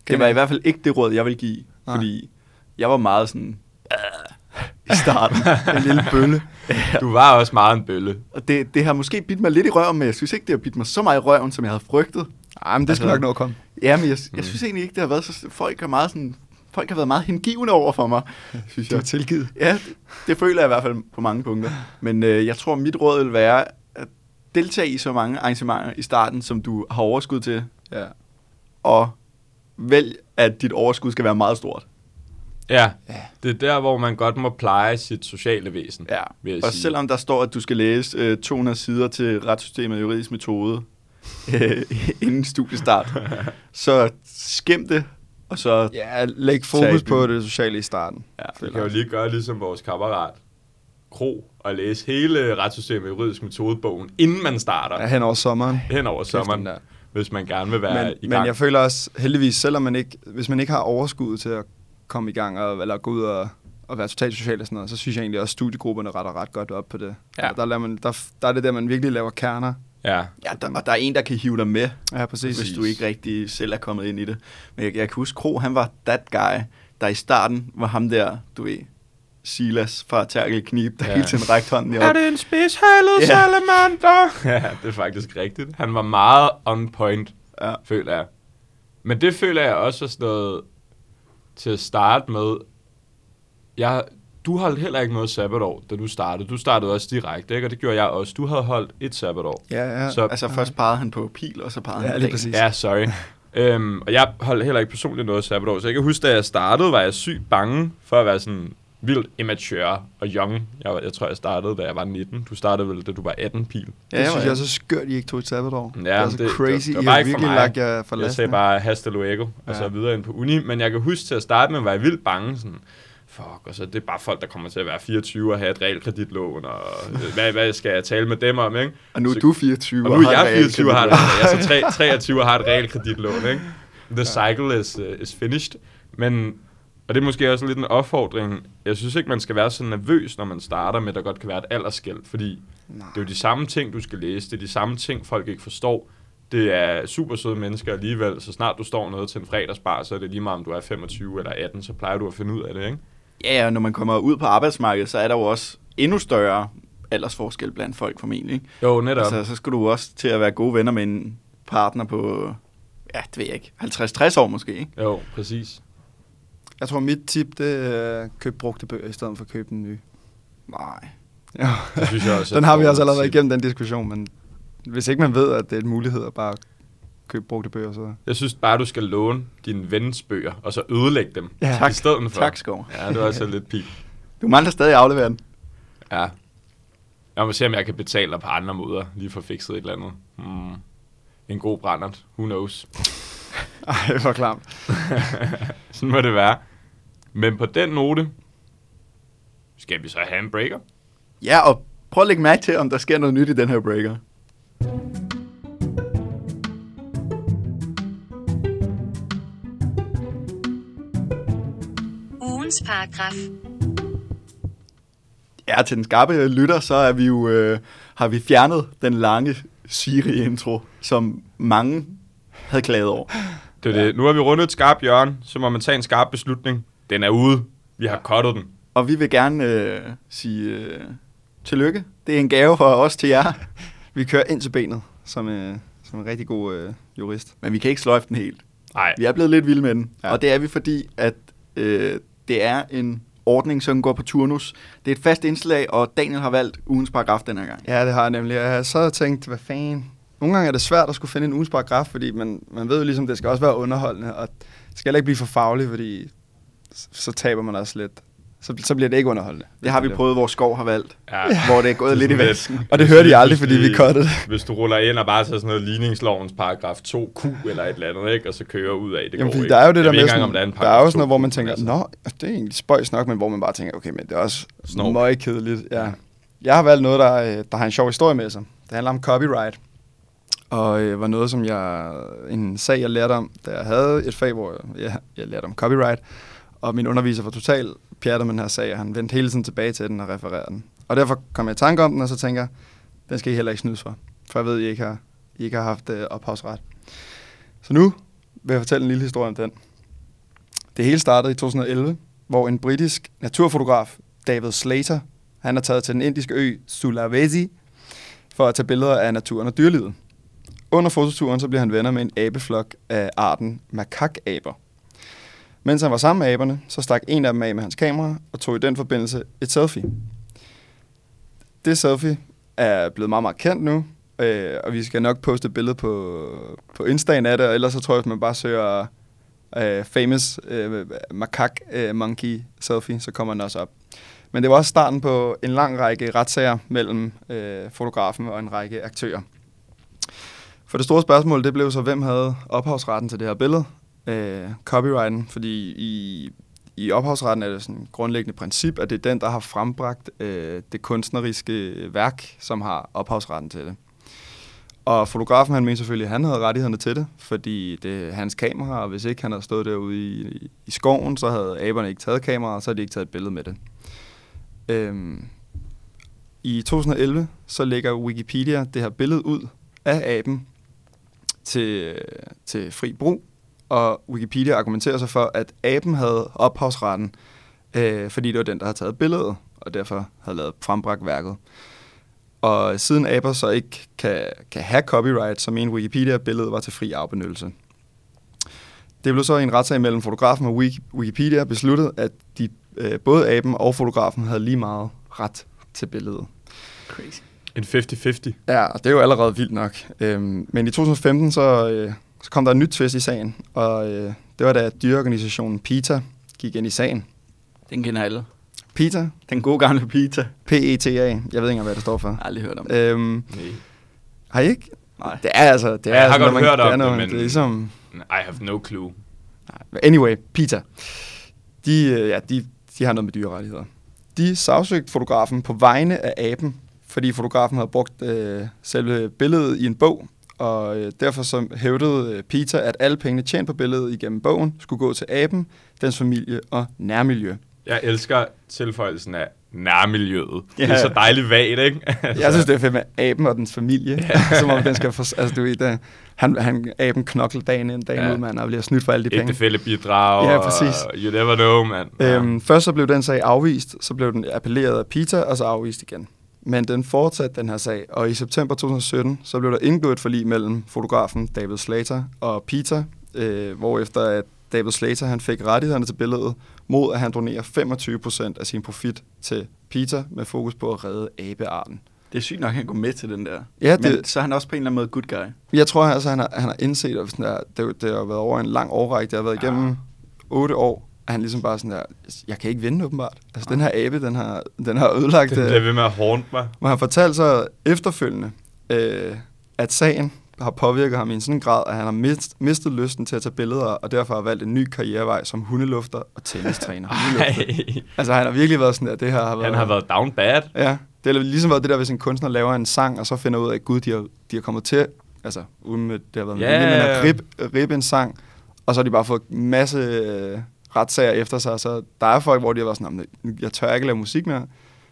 Speaker 4: Det var i hvert fald ikke det råd, jeg ville give,
Speaker 3: Nej.
Speaker 4: fordi jeg var meget sådan... Øh, I starten.
Speaker 3: en lille bølle.
Speaker 2: Ja. Du var også meget en bølle.
Speaker 4: og det, det har måske bidt mig lidt i røven, men jeg synes ikke, det har bidt mig så meget i røven, som jeg havde frygtet.
Speaker 3: Ej, men det skal
Speaker 4: Altså-
Speaker 3: nok nå at komme.
Speaker 4: Ja, men jeg, jeg synes egentlig ikke, det har været så... Folk har, meget sådan, folk har været meget hengivende over for mig, synes
Speaker 3: Du
Speaker 4: jeg.
Speaker 3: er tilgivet.
Speaker 4: Ja, det- det føler jeg i hvert fald på mange punkter. Men øh, jeg tror, mit råd vil være at deltage i så mange arrangementer i starten, som du har overskud til,
Speaker 3: Ja.
Speaker 4: og vælg, at dit overskud skal være meget stort.
Speaker 2: Ja, det er der, hvor man godt må pleje sit sociale væsen.
Speaker 4: Ja.
Speaker 2: vil jeg
Speaker 4: Og
Speaker 2: sige.
Speaker 4: selvom der står, at du skal læse øh, 200 sider til retssystemet og juridisk metode øh, inden studiestart, så skim det, og så...
Speaker 3: Ja, læg
Speaker 4: Tag i
Speaker 3: fokus
Speaker 4: byen.
Speaker 3: på det sociale i starten.
Speaker 4: Ja.
Speaker 2: Vi kan jo lige gøre ligesom vores kammerat. Kro og læse hele retssystemet i juridisk metodebogen, inden man starter
Speaker 3: Ja, hen over sommeren.
Speaker 2: ja. hen over sommeren,
Speaker 3: den der.
Speaker 2: hvis man gerne vil være i
Speaker 3: Men,
Speaker 2: gang.
Speaker 3: men jeg føler også, heldigvis, selvom man ikke, hvis man ikke har overskud til at komme i gang, og, eller gå ud og, og være totalt social og sådan noget, så synes jeg egentlig også, at studiegrupperne retter ret godt op på det.
Speaker 2: Ja.
Speaker 3: Ja. Der, lader man, der, der er det der, man virkelig laver kerner.
Speaker 2: Ja,
Speaker 4: Ja, der, og der er en, der kan hive dig med,
Speaker 3: Ja, præcis.
Speaker 4: hvis du ikke rigtig selv er kommet ind i det. Men jeg, jeg kan huske, Kro, han var that guy, der i starten var ham der, du ved, Silas fra Terkel Knib, der
Speaker 2: Ja.
Speaker 4: ja. hele tiden rækte hånden op.
Speaker 2: det en spidshalet
Speaker 4: Ja.
Speaker 2: salamander? Ja, det er faktisk rigtigt. Han var meget on point,
Speaker 4: Ja.
Speaker 2: føler jeg. Men det føler jeg også var sådan noget til at starte med. Jeg, du holdt heller ikke noget sabbatår, da du startede. Du startede også direkte, ikke? og det gjorde jeg også. Du havde holdt et sabbatår.
Speaker 3: Ja, ja.
Speaker 2: Så
Speaker 4: Altså først pegede han på pil, og så pegede
Speaker 3: Ja,
Speaker 4: han
Speaker 3: lige
Speaker 4: på
Speaker 3: præcis.
Speaker 2: Ja, sorry. øhm, og jeg holdt heller ikke personligt noget sabbatår, så jeg kan huske, da jeg startede, var jeg sygt bange for at være sådan vildt immature og young. Jeg, var- jeg tror, jeg startede, da jeg var 19. Du startede vel, da du var 18, Pil.
Speaker 3: Ja, det
Speaker 4: Ja,
Speaker 3: synes
Speaker 4: ja.
Speaker 3: jeg er så skørt, I ikke tog et sabbatår.
Speaker 2: Ja,
Speaker 3: det er
Speaker 2: men
Speaker 3: så
Speaker 2: det-
Speaker 3: crazy.
Speaker 2: det var
Speaker 3: I
Speaker 2: bare
Speaker 3: har
Speaker 2: ikke for
Speaker 3: virkelig
Speaker 2: mig.
Speaker 3: lagt jer
Speaker 2: Jeg
Speaker 3: for
Speaker 2: sagde
Speaker 3: lasten.
Speaker 2: bare hasta luego, og så
Speaker 3: Ja.
Speaker 2: videre ind på uni. Men jeg kan huske til at starte med, var jeg vildt bange. Sådan, fuck, og så det er bare folk, der kommer til at være 24 og have et realkreditlån, og øh, hvad, hvad skal jeg tale med dem om, ikke?
Speaker 4: Og nu er
Speaker 2: Så-
Speaker 4: du 24.
Speaker 2: og nu er
Speaker 4: har
Speaker 2: jeg
Speaker 4: et
Speaker 2: 24 og har et,
Speaker 4: realkreditlån.
Speaker 2: jeg er så tre- 23 og har et realkreditlån, ikke? The cycle is, uh, is finished. Men, og det er måske også lidt en opfordring. Jeg synes ikke, man skal være så nervøs, når man starter med, at der godt kan være et aldersskæld, fordi
Speaker 3: Nej.
Speaker 2: det er jo de samme ting, du skal læse. Det er de samme ting, folk ikke forstår. Det er super søde mennesker alligevel, så snart du står noget til en fredagsbar, så er det lige meget, om du er 25 eller 18, så plejer du at finde ud af det, ikke?
Speaker 4: Ja, ja, når man kommer ud på arbejdsmarkedet, så er der jo også endnu større aldersforskel blandt folk formentlig. Ikke?
Speaker 2: Jo, netop.
Speaker 4: Altså, så skulle du også til at være gode venner med en partner på, ja, det ved jeg ikke, 50-60 år måske, ikke?
Speaker 2: Jo, præcis.
Speaker 3: Jeg tror, mit tip, det er øh, køb brugte bøger, i stedet for at købe den nye.
Speaker 4: Nej.
Speaker 3: Ja.
Speaker 2: Det synes jeg også er
Speaker 3: den har vi
Speaker 2: et
Speaker 3: også allerede
Speaker 2: dårligt tip.
Speaker 3: igennem den diskussion, men hvis ikke man ved, at det er en mulighed at bare købe brugte bøger, så...
Speaker 2: Jeg synes bare, du skal låne dine vens bøger, og så ødelægge dem
Speaker 3: Ja.
Speaker 2: i
Speaker 4: Tak.
Speaker 2: stedet for.
Speaker 4: Tak, Skov.
Speaker 2: Ja, det var altså lidt pil.
Speaker 4: Du mangler stadig aflevere den.
Speaker 2: Ja. Jeg må se, om jeg kan betale dig på andre måder, lige for fikset et eller andet. Mm. En god brændert. Who knows?
Speaker 3: Ej, for klamt.
Speaker 2: Sådan må det være. Men på den note, skal vi så have en breaker?
Speaker 4: Ja, og prøv at lægge mærke til, om der sker noget nyt i den her breaker.
Speaker 5: Ugens paragraf.
Speaker 4: Ja, til den skarpe lytter, så er vi jo, øh, har vi fjernet den lange Siri-intro, som mange havde klaget over.
Speaker 2: Det er ja. det. Nu har vi rundet et skarpt hjørne, så må man tage en skarp beslutning. Den er ude. Vi har kottet den.
Speaker 4: Og vi vil gerne øh, sige øh, tillykke. Det er en gave fra os til jer.
Speaker 3: Vi kører ind til benet, som, øh, som en rigtig god øh, jurist.
Speaker 4: Men vi kan ikke sløjfe den helt.
Speaker 2: Nej,
Speaker 4: Vi er blevet lidt vilde med den. Ja.
Speaker 3: Ja.
Speaker 4: Og det er vi, fordi at øh, det er en ordning, som går på turnus. Det er et fast indslag, og Daniel har valgt ugens paragraf den her gang.
Speaker 3: Ja, det har jeg nemlig. Jeg har så tænkt, hvad fanden... Nogle gange er det svært at skulle finde en ugens paragraf, fordi man, man ved jo ligesom, det skal også være underholdende, og det skal heller ikke blive for fagligt, fordi s- så taber man også lidt. Så, så bliver det ikke underholdende.
Speaker 4: Det har vi prøvet, hvor Skov har valgt.
Speaker 2: Ja.
Speaker 4: Hvor det er gået
Speaker 2: Det er
Speaker 4: lidt i
Speaker 2: sådan
Speaker 4: vasken.
Speaker 3: Og det
Speaker 2: Hvis
Speaker 3: hørte
Speaker 2: vi
Speaker 3: I aldrig, fordi
Speaker 2: pludselig-
Speaker 3: vi cuttede det.
Speaker 2: Hvis du ruller ind og bare tager sådan noget ligningslovens paragraf 2Q eller et eller andet, ikke? og så kører ud af, det
Speaker 3: Jamen,
Speaker 2: går
Speaker 3: fordi
Speaker 2: ikke.
Speaker 3: der er jo det
Speaker 2: Jeg
Speaker 3: der
Speaker 2: ved
Speaker 3: med,
Speaker 2: ikke engang, om
Speaker 3: sådan,
Speaker 2: der er en
Speaker 3: der er jo
Speaker 2: paragraf
Speaker 3: sådan noget, hvor
Speaker 2: 2Q,
Speaker 3: man
Speaker 2: men
Speaker 3: tænker,
Speaker 2: altså-
Speaker 3: nå, det er egentlig spøjs nok, men hvor man bare tænker, okay, men det er også
Speaker 2: Snork.
Speaker 3: meget kedeligt. Ja. Jeg har valgt noget, der, øh, der har en sjov historie med sig. Det handler om copyright, og øh, var noget, som jeg, en sag, jeg lærte om, da jeg havde et fag, hvor jeg, jeg, jeg lærte om copyright, og min underviser var total pjattet med den her sag, og han vendte hele tiden tilbage til den og refererede den. Og derfor kom jeg i tanke om den, og så tænker jeg, den skal I heller ikke snydes for, for jeg ved, I ikke har, I ikke har haft øh, ophavsret. Så nu vil jeg fortælle en lille historie om den. Det hele startede i 2011, hvor en britisk naturfotograf, David Slater, han er taget til den indiske ø Sulawesi for at tage billeder af naturen og dyrelivet. Under fototuren så bliver han venner med en abeflok af arten makakaber. Mens han var sammen med aberne, så stak en af dem af med hans kamera og tog i den forbindelse et selfie. Det selfie er blevet meget, meget kendt nu, øh, og vi skal nok poste et billede på, på Insta'en af det, og ellers så tror jeg, at man bare søger øh, famous øh, makak øh, monkey selfie, så kommer den også op. Men det var også starten på en lang række retssager mellem øh, fotografen og en række aktører. For det store spørgsmål, det blev så, hvem havde ophavsretten til det her billede? Øh, copyrighten, fordi i, i ophavsretten er det sådan et grundlæggende princip, at det er den, der har frembragt øh, det kunstneriske værk, som har ophavsretten til det. Og fotografen, han mente selvfølgelig, at han havde rettighederne til det, fordi det er hans kamera, og hvis ikke han havde stået derude i, i skoven, så havde aberne ikke taget kameraet, og så havde de ikke taget et billede med det. Øhm, I 2011, så lægger Wikipedia det her billede ud af aben til, til fri brug, og Wikipedia argumenterer så for, at aben havde ophavsretten, øh, fordi det var den, der havde taget billedet, og derfor havde lavet frembragt værket. Og siden aber så ikke kan, kan have copyright, så mente Wikipedia, at billedet var til fri afbenyttelse. Det blev så i en retssag mellem fotografen og Wiki- Wikipedia besluttet, at de, øh, både aben og fotografen havde lige meget ret til billedet.
Speaker 4: Crazy.
Speaker 2: En 50-50.
Speaker 3: Ja, og det er jo allerede vildt nok. Øhm, men i 2015, så, øh, så kom der en ny tvist i sagen, og øh, det var da dyreorganisationen PETA gik ind i sagen.
Speaker 4: Den kender alle.
Speaker 3: PETA?
Speaker 4: Den gode gamle pita.
Speaker 3: P-E-T-A. E Jeg ved ikke engang, hvad det står for.
Speaker 4: Aldrig hørt om. Øh.
Speaker 3: Øhm,
Speaker 2: Nej.
Speaker 3: har I ikke?
Speaker 4: Nej.
Speaker 3: Det er altså... Det er
Speaker 2: Ja, jeg har
Speaker 3: altså,
Speaker 2: godt
Speaker 3: når man-
Speaker 2: hørt
Speaker 3: det er
Speaker 2: om det,
Speaker 3: noget-
Speaker 2: men-
Speaker 3: Det er ligesom...
Speaker 2: I have no clue.
Speaker 3: Nej, Anyway, PETA. De, øh, ja, de, de har noget med dyrerettigheder. De sagsøgte fotografen på vegne af aben, fordi fotografen havde brugt øh, selve billedet i en bog, og øh, derfor så hævdede øh, Peter, at alle pengene tjent på billedet igennem bogen skulle gå til aben, dens familie og nærmiljø.
Speaker 2: Jeg elsker tilføjelsen af nærmiljøet. Ja. Det
Speaker 3: Ja.
Speaker 2: er så dejligt vagt, ikke?
Speaker 3: Jeg synes, det er fedt med aben og dens familie, ja. som om den skal... For, altså, du ved, øh, han, han, aben knokler dagen ind, dagen ja.
Speaker 2: Ja.
Speaker 3: ud, mand, og bliver snydt for alle de penge.
Speaker 2: Ægtefællebidrag.
Speaker 3: Ja,
Speaker 2: og
Speaker 3: præcis.
Speaker 2: You never know, mand. Ja.
Speaker 3: Øhm, først så blev den sag afvist, så blev den appelleret af PETA, og så afvist igen. Men den fortsatte den her sag, og i september 2017, så blev der indgået et forlig mellem fotografen David Slater og PETA, øh, hvorefter at David Slater han fik rettighederne til billedet, mod at han donerer 25% af sin profit til PETA med fokus på at redde abearten.
Speaker 4: Det er sygt nok, at han går med til den der.
Speaker 3: Ja,
Speaker 4: Men
Speaker 3: det-
Speaker 4: så er han også på en eller anden måde good guy.
Speaker 3: Jeg tror altså, han har, han har indset, at sådan der, det, er jo- det har været over en lang årrække. Det har været igennem ja. 8 år, at han ligesom bare sådan der, jeg kan ikke vinde åbenbart. Altså, den her abe, den har, den har ødelagt...
Speaker 2: Den
Speaker 3: øh,
Speaker 2: bliver ved med at håndte mig.
Speaker 3: hvor han fortalte så efterfølgende, øh, at sagen har påvirket ham i en sådan grad, at han har mist, mistet lysten til at tage billeder, og derfor har valgt en ny karrierevej som hundelufter og tennistræner. Hundelufter.
Speaker 2: Ej,
Speaker 3: altså han har virkelig været sådan der, det her har været...
Speaker 2: han har været down bad.
Speaker 3: Ja, det har ligesom været det der, hvis en kunstner laver en sang, og så finder ud af, at gud, de har, de har kommet til, altså uden med, det har været
Speaker 2: Ja,
Speaker 3: yeah. men
Speaker 2: ja,
Speaker 3: at
Speaker 2: ja.
Speaker 3: rib, ribbe en sang, og så har de bare fået en masse øh, retssager efter sig, så der er folk, hvor de har været sådan, "Jamen, jeg tør ikke lave musik mere,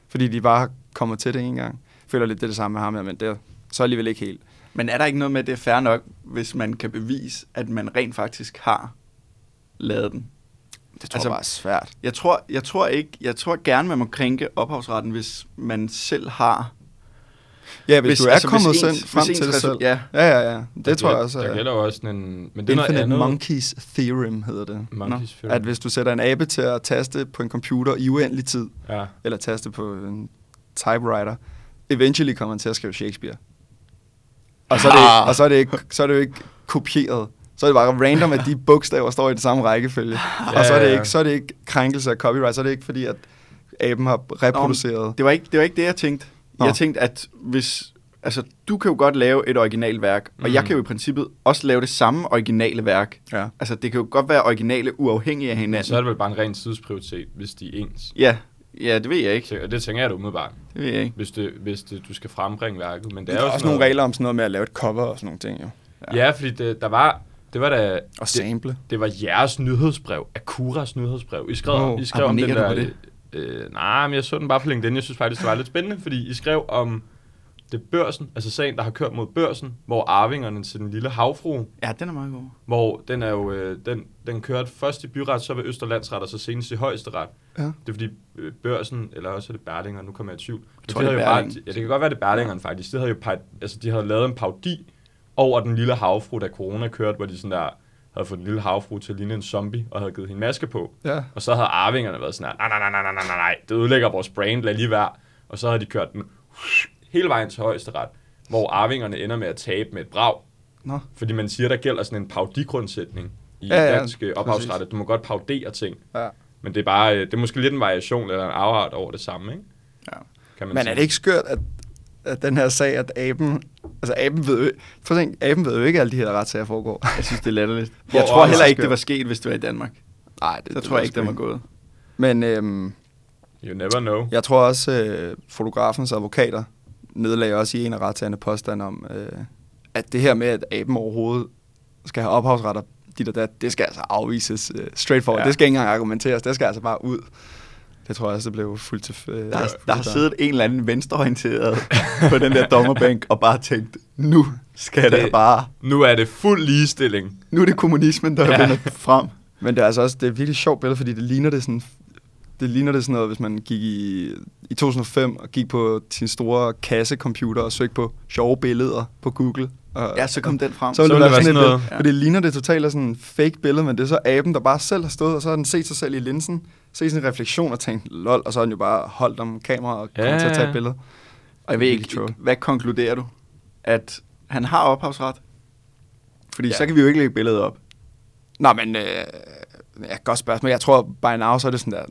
Speaker 3: fordi de bare kommer til det en gang. Jeg føler lidt, det er det samme med ham her, men det er så alligevel ikke helt.
Speaker 4: Men er der ikke noget med, at det er fair nok, hvis man kan bevise, at man rent faktisk har lavet den?
Speaker 3: Det
Speaker 4: tror jeg bare
Speaker 3: er svært.
Speaker 4: Jeg tror, jeg tror ikke, jeg tror gerne, man må krænke ophavsretten, hvis man selv har...
Speaker 3: Ja, hvis, hvis
Speaker 4: Hvis-
Speaker 3: du er altså,
Speaker 4: altså, hvis
Speaker 3: kommet
Speaker 4: ens-
Speaker 3: selv
Speaker 4: hvis
Speaker 3: frem
Speaker 4: ens
Speaker 3: til det
Speaker 4: resu-
Speaker 3: selv.
Speaker 4: ja.
Speaker 3: ja, ja. ja. Det
Speaker 2: Der
Speaker 3: tror jeg
Speaker 2: gæl-
Speaker 3: også.
Speaker 2: Der
Speaker 3: er-
Speaker 2: gælder jo også en... Men det er noget
Speaker 3: Infinite
Speaker 2: andet.
Speaker 3: Monkeys Theorem hedder det.
Speaker 2: Monkeys
Speaker 3: Nå.
Speaker 2: Theorem.
Speaker 3: At hvis du sætter en abe til at taste på en computer i uendelig tid,
Speaker 2: Ja.
Speaker 3: eller taste på en typewriter, eventually kommer han til at skrive Shakespeare. Og så er det,
Speaker 4: Ah.
Speaker 3: og så er det, ikke, så er det jo ikke kopieret. Så er det bare random, at de bogstaver står i den samme rækkefølge. Ja, og så er,
Speaker 2: Ja,
Speaker 3: det
Speaker 2: ja, ja.
Speaker 3: ikke, så er det ikke krænkelse af copyright, så er det ikke fordi, at aben har reproduceret.
Speaker 4: Det var ikke det, var ikke det jeg tænkte.
Speaker 3: Nå.
Speaker 4: Nå. Jeg tænkte, at hvis... Altså, du kan jo godt lave et originalværk, og
Speaker 2: Mhm.
Speaker 4: jeg kan jo i princippet også lave det samme originale værk.
Speaker 3: Mm. Ja.
Speaker 4: Altså, det kan jo godt være originale uafhængige af hinanden.
Speaker 2: Så er det vel bare en ren tidsprioritet, hvis de er ens.
Speaker 4: Ja, ja, det ved jeg ikke.
Speaker 2: Og det tænker jeg da umiddelbart,
Speaker 4: Det ved jeg ikke.
Speaker 2: hvis, det, hvis det, du skal frembringe værket. Men det
Speaker 3: Der
Speaker 2: er, jo
Speaker 3: er også
Speaker 2: sådan
Speaker 3: nogle
Speaker 2: noget-
Speaker 3: regler om sådan noget med at lave et cover og sådan nogle ting, jo.
Speaker 2: Ja, fordi det, der var... Det var da...
Speaker 3: Og
Speaker 2: det,
Speaker 3: sample.
Speaker 2: det var jeres nyhedsbrev. Akuras nyhedsbrev. I skrev,
Speaker 3: Åh,
Speaker 2: oh, I skrev om den
Speaker 4: abonnerer
Speaker 2: der...
Speaker 4: du
Speaker 2: Øh, nej, men jeg så den bare på LinkedIn. Jeg synes faktisk, det var lidt spændende, fordi I skrev om det børsen, altså sagen, der har kørt mod børsen, hvor arvingerne til den lille havfru,
Speaker 4: Ja, den er meget god.
Speaker 2: hvor den er jo, øh, den, den kørte først i byret, så ved Østerlandsret, og så senest i højesteret.
Speaker 3: Ja.
Speaker 2: Det er fordi øh, børsen, eller også er det Berlinger, nu kommer jeg i tvivl. Men
Speaker 4: tror,
Speaker 2: de
Speaker 4: det er
Speaker 2: havde jo bare,
Speaker 4: Berlingen.
Speaker 2: ja, det kan godt være, det er Berlingeren faktisk. De havde jo peg- altså, de havde lavet en paudi over den lille havfru, da corona kørte, hvor de sådan der havde fået den lille havfru til at ligne en zombie, og havde givet hende maske på.
Speaker 3: Ja.
Speaker 2: Og så havde arvingerne været sådan her, nej, nej, nej, nej, nej, nej, nej, det ødelægger vores brand, lad lige være. Og så havde de kørt den hele vejen til højesteret, hvor arvingerne ender med at tabe med et brag.
Speaker 3: Nå.
Speaker 2: Fordi man siger, der gælder sådan en paudigrundsætning i
Speaker 3: Ja,
Speaker 2: ja,
Speaker 3: ja,
Speaker 2: ja, dansk øh, ophavsret, at du må godt paudere ting.
Speaker 3: Ja.
Speaker 2: Men det er bare, øh, det er måske lidt en variation eller en afart over det samme, ikke?
Speaker 4: Ja.
Speaker 2: Kan man
Speaker 3: Men
Speaker 2: sige.
Speaker 3: er det ikke skørt, at, at den her sag, at aben... Altså, aben ved jo, for tænk, aben ved jo ikke, at alle de her retssager foregår.
Speaker 4: Altså- Jeg synes, det er latterligt.
Speaker 2: Hvor
Speaker 4: Jeg tror
Speaker 2: også-
Speaker 4: heller ikke, det var sket, hvis det var i Danmark.
Speaker 3: Nej, det,
Speaker 4: Så tror jeg ikke, den var gået.
Speaker 3: Men øhm,
Speaker 2: You never know.
Speaker 3: jeg tror også, øh, fotografens advokater nedlagde også i en af retssagerne påstand om, øh, at det her med, at aben overhovedet skal have ophavsretter, dit og dat, det skal altså afvises øh, straight forward.
Speaker 2: Ja.
Speaker 3: Ja. Det skal ikke engang argumenteres. Det skal altså bare ud. Det tror jeg også, det blev fuldt til... Øh,
Speaker 4: Der, har,
Speaker 3: fuldt
Speaker 4: der har
Speaker 3: til-
Speaker 4: siddet en eller anden venstreorienteret på den der dommerbænk og bare tænkt, nu skal det,
Speaker 2: Det-
Speaker 4: det bare,
Speaker 2: Nu er det fuld ligestilling.
Speaker 4: nu er det kommunismen, der
Speaker 2: Ja.
Speaker 4: ja. vender frem.
Speaker 3: Men det er altså også det er et virkelig sjovt billede, fordi det ligner det sådan det ligner det sådan noget, hvis man gik i, i 2005 og gik på sin store kassecomputer og søgte på sjove billeder på Google. Og,
Speaker 4: Ja, så kom den frem.
Speaker 3: så ville
Speaker 2: Så
Speaker 3: det
Speaker 2: ville
Speaker 3: være
Speaker 2: det
Speaker 3: sådan,
Speaker 2: være sådan
Speaker 3: et,
Speaker 2: noget.
Speaker 3: noget. For det ligner det totalt er sådan en fake billede, men det er så aben, der bare selv har stået, og så har den set sig selv i linsen, set sin refleksion og tænkt, lol, og så har den jo bare holdt om kameraet og kommet
Speaker 2: Ja.
Speaker 3: ja. til at tage et billede.
Speaker 4: Og jeg ved
Speaker 3: Virkelig
Speaker 4: ikke,
Speaker 3: troll.
Speaker 4: hvad konkluderer du? At han har ophavsret? Fordi ja. så kan vi jo ikke lægge billedet op.
Speaker 3: Nå, men øh, ja, godt spørgsmål. Jeg tror, by now, så er det sådan der,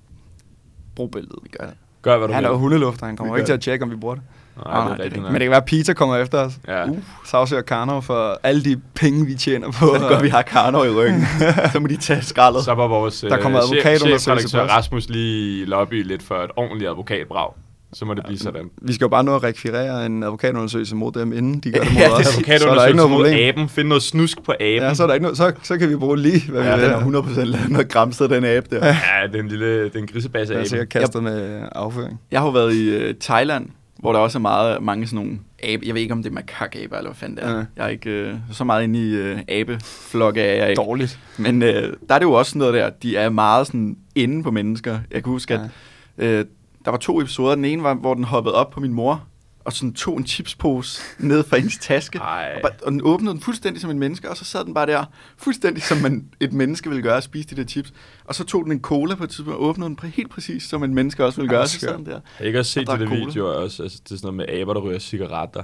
Speaker 3: brug billedet.
Speaker 4: Vi gør det.
Speaker 2: Gør, hvad du
Speaker 3: Han er
Speaker 2: vil.
Speaker 3: jo hundelufter, han kommer
Speaker 4: Vi
Speaker 3: ikke til
Speaker 4: gør
Speaker 3: at tjekke, om vi bruger det. Ah,
Speaker 2: Nej, det
Speaker 4: Nej,
Speaker 2: er
Speaker 4: det er
Speaker 2: rigtigt.
Speaker 3: Men det kan være, at Peter kommer efter os.
Speaker 2: Ja.
Speaker 3: Uh, sagsøger Karnov for alle de penge, vi tjener på.
Speaker 4: Så er det godt, vi har Karno i ryggen. så må de tage skraldet.
Speaker 2: Så var vores øh,
Speaker 3: Der kommer advokatundersøgelse på
Speaker 2: chefredaktør
Speaker 3: os.
Speaker 2: Rasmus lige i lobby lidt for et ordentligt advokatbrag. Så må det blive sådan.
Speaker 3: Vi skal jo bare nå at rekvirere en advokatundersøgelse mod dem, inden de gør det mod
Speaker 4: Ja, det
Speaker 3: os. så
Speaker 4: er
Speaker 3: er der ikke
Speaker 2: Advokatundersøgelse
Speaker 3: noget
Speaker 2: mod
Speaker 3: problem.
Speaker 2: aben. Find noget snusk på aben.
Speaker 3: Ja, så, er der ikke noget, så, så kan vi bruge lige, hvad
Speaker 4: Ja,
Speaker 3: vi
Speaker 4: den
Speaker 3: vil.
Speaker 4: er 100% lavet noget gramset, den app der.
Speaker 2: Ja, den lille, den grisebasse
Speaker 3: Jeg er
Speaker 2: aben.
Speaker 3: sikkert kastet med afføring.
Speaker 4: Jeg har jo været i øh, Thailand, hvor der også er meget, mange sådan nogle abe. Jeg ved ikke, om det er makakaber, eller hvad fanden det er.
Speaker 3: Ja.
Speaker 4: Jeg er ikke øh, så meget inde i øh, abeflokke, er jeg ikke.
Speaker 3: Dårligt.
Speaker 4: Men øh, der er det jo også sådan noget der, de er meget sådan inde på mennesker. Jeg kan huske, at øh, der var to episoder. Den ene var, hvor den hoppede op på min mor, og sådan tog en chipspose ned fra hendes taske.
Speaker 2: Ej.
Speaker 4: Og, bare- og den åbnede den fuldstændig som en menneske, og så sad den bare der, fuldstændig som man, et menneske ville gøre, og spiste de der chips. Og så tog den en cola på et tidspunkt, og åbnede den præ- helt præcis, som en menneske også ville
Speaker 3: Ej,
Speaker 4: gøre,
Speaker 3: hvor
Speaker 4: og så sad
Speaker 3: skørt.
Speaker 4: den der.
Speaker 2: Jeg har ikke også set det
Speaker 4: Og der er
Speaker 2: der
Speaker 4: cola.
Speaker 2: video også. Altså, det er sådan noget med aber, der ryger cigaretter.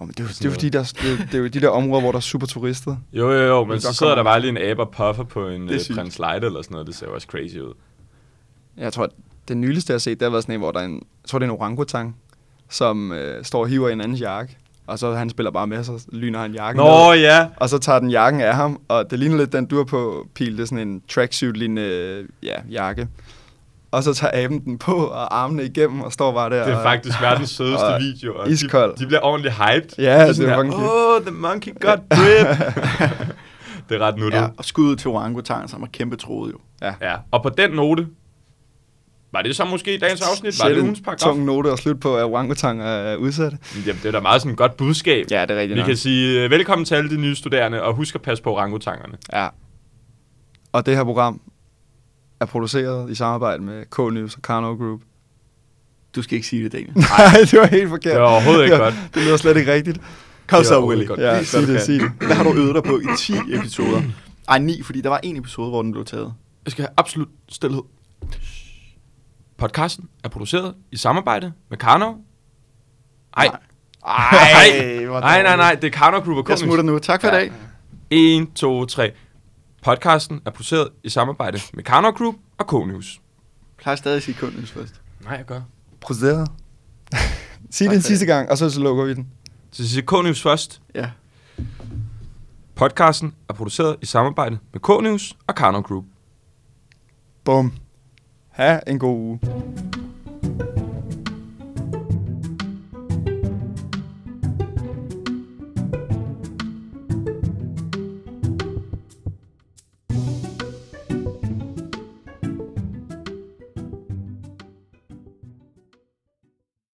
Speaker 3: Oh, men det, er jo, det er jo fordi, der, det, er- det er jo de der områder, hvor der er super turister.
Speaker 2: Jo, jo, jo, men
Speaker 3: Men der
Speaker 2: så sidder der
Speaker 3: kommer-
Speaker 2: bare lige en abe og puffer på en
Speaker 4: er
Speaker 2: øh,
Speaker 4: sygt.
Speaker 2: prins Leite eller sådan noget. Det ser jo også crazy ud.
Speaker 3: Jeg tror, at det nyligste, jeg har set, det har været sådan en, hvor der er en, jeg tror, det er en orangutang, som øh, står og hiver i en andens jakke. Og så han spiller bare med, så lyner han jakken. ned.
Speaker 2: Nå ja,
Speaker 3: Og så tager den jakken af ham, og det ligner lidt den, du har på, Pil. Det er sådan en tracksuit-lignende øh, ja, jakke. Og så tager aben den på, og armene igennem, og står bare der.
Speaker 2: det er
Speaker 3: og-
Speaker 2: faktisk verdens sødeste
Speaker 3: og
Speaker 2: video. og
Speaker 3: iskold.
Speaker 2: De, de bliver ordentligt hyped.
Speaker 3: Ja,
Speaker 2: de
Speaker 3: det er
Speaker 2: sådan her,
Speaker 3: fucking cute.
Speaker 2: Åh, oh, the monkey got grip. det er ret nuttet.
Speaker 4: Ja, og skuddet til orangutangen, som var kæmpe troet jo.
Speaker 2: Ja, og på den note, var det så måske dagens afsnit? Var
Speaker 3: Sæt
Speaker 2: det
Speaker 3: en
Speaker 2: ugens paragraf?
Speaker 3: tung note og slut på, at orangutang er udsat.
Speaker 2: Jamen, det er da meget sådan et godt budskab.
Speaker 3: Ja, det er rigtigt
Speaker 2: Vi
Speaker 3: nok.
Speaker 2: kan sige øh, velkommen til alle de nye studerende, og husk at passe på orangutangerne.
Speaker 3: Ja. Og det her program er produceret i samarbejde med K-News og Karno Group.
Speaker 4: Du skal ikke sige det, Daniel.
Speaker 3: Nej, det var helt forkert.
Speaker 2: Det var overhovedet ikke
Speaker 3: Det var-
Speaker 2: godt.
Speaker 3: Det lyder slet ikke rigtigt.
Speaker 4: Kom
Speaker 2: Det var
Speaker 4: så,
Speaker 2: overhovedet
Speaker 4: Willy.
Speaker 2: ikke godt.
Speaker 3: Ja,
Speaker 4: Lige
Speaker 3: sig
Speaker 4: sådan.
Speaker 3: det, sig det.
Speaker 4: Hvad har du øvet dig på i 10 episoder? Ej, 9, fordi der var en episode, hvor den blev taget.
Speaker 2: Jeg skal have absolut stillhed. Podcasten er produceret i samarbejde med Karnov. Ej.
Speaker 4: Nej.
Speaker 2: Ej.
Speaker 3: hvor
Speaker 2: Nej, nej,
Speaker 3: dårligt.
Speaker 2: nej. Det er Karnov Group og
Speaker 4: Jeg smutter nu. Tak for i
Speaker 2: Ja.
Speaker 4: dag.
Speaker 2: 1, 2, 3. Podcasten er produceret i samarbejde med Karnov Group og K-News.
Speaker 4: plejer stadig at sige kundens først.
Speaker 2: Nej, jeg gør.
Speaker 3: Produceret. Sig det en sidste gang, og så, så lukker vi den.
Speaker 2: Så jeg siger K-News først.
Speaker 4: Ja.
Speaker 2: Podcasten er produceret i samarbejde med K-News og Karnov Group.
Speaker 3: Bum. Ha' en god uge.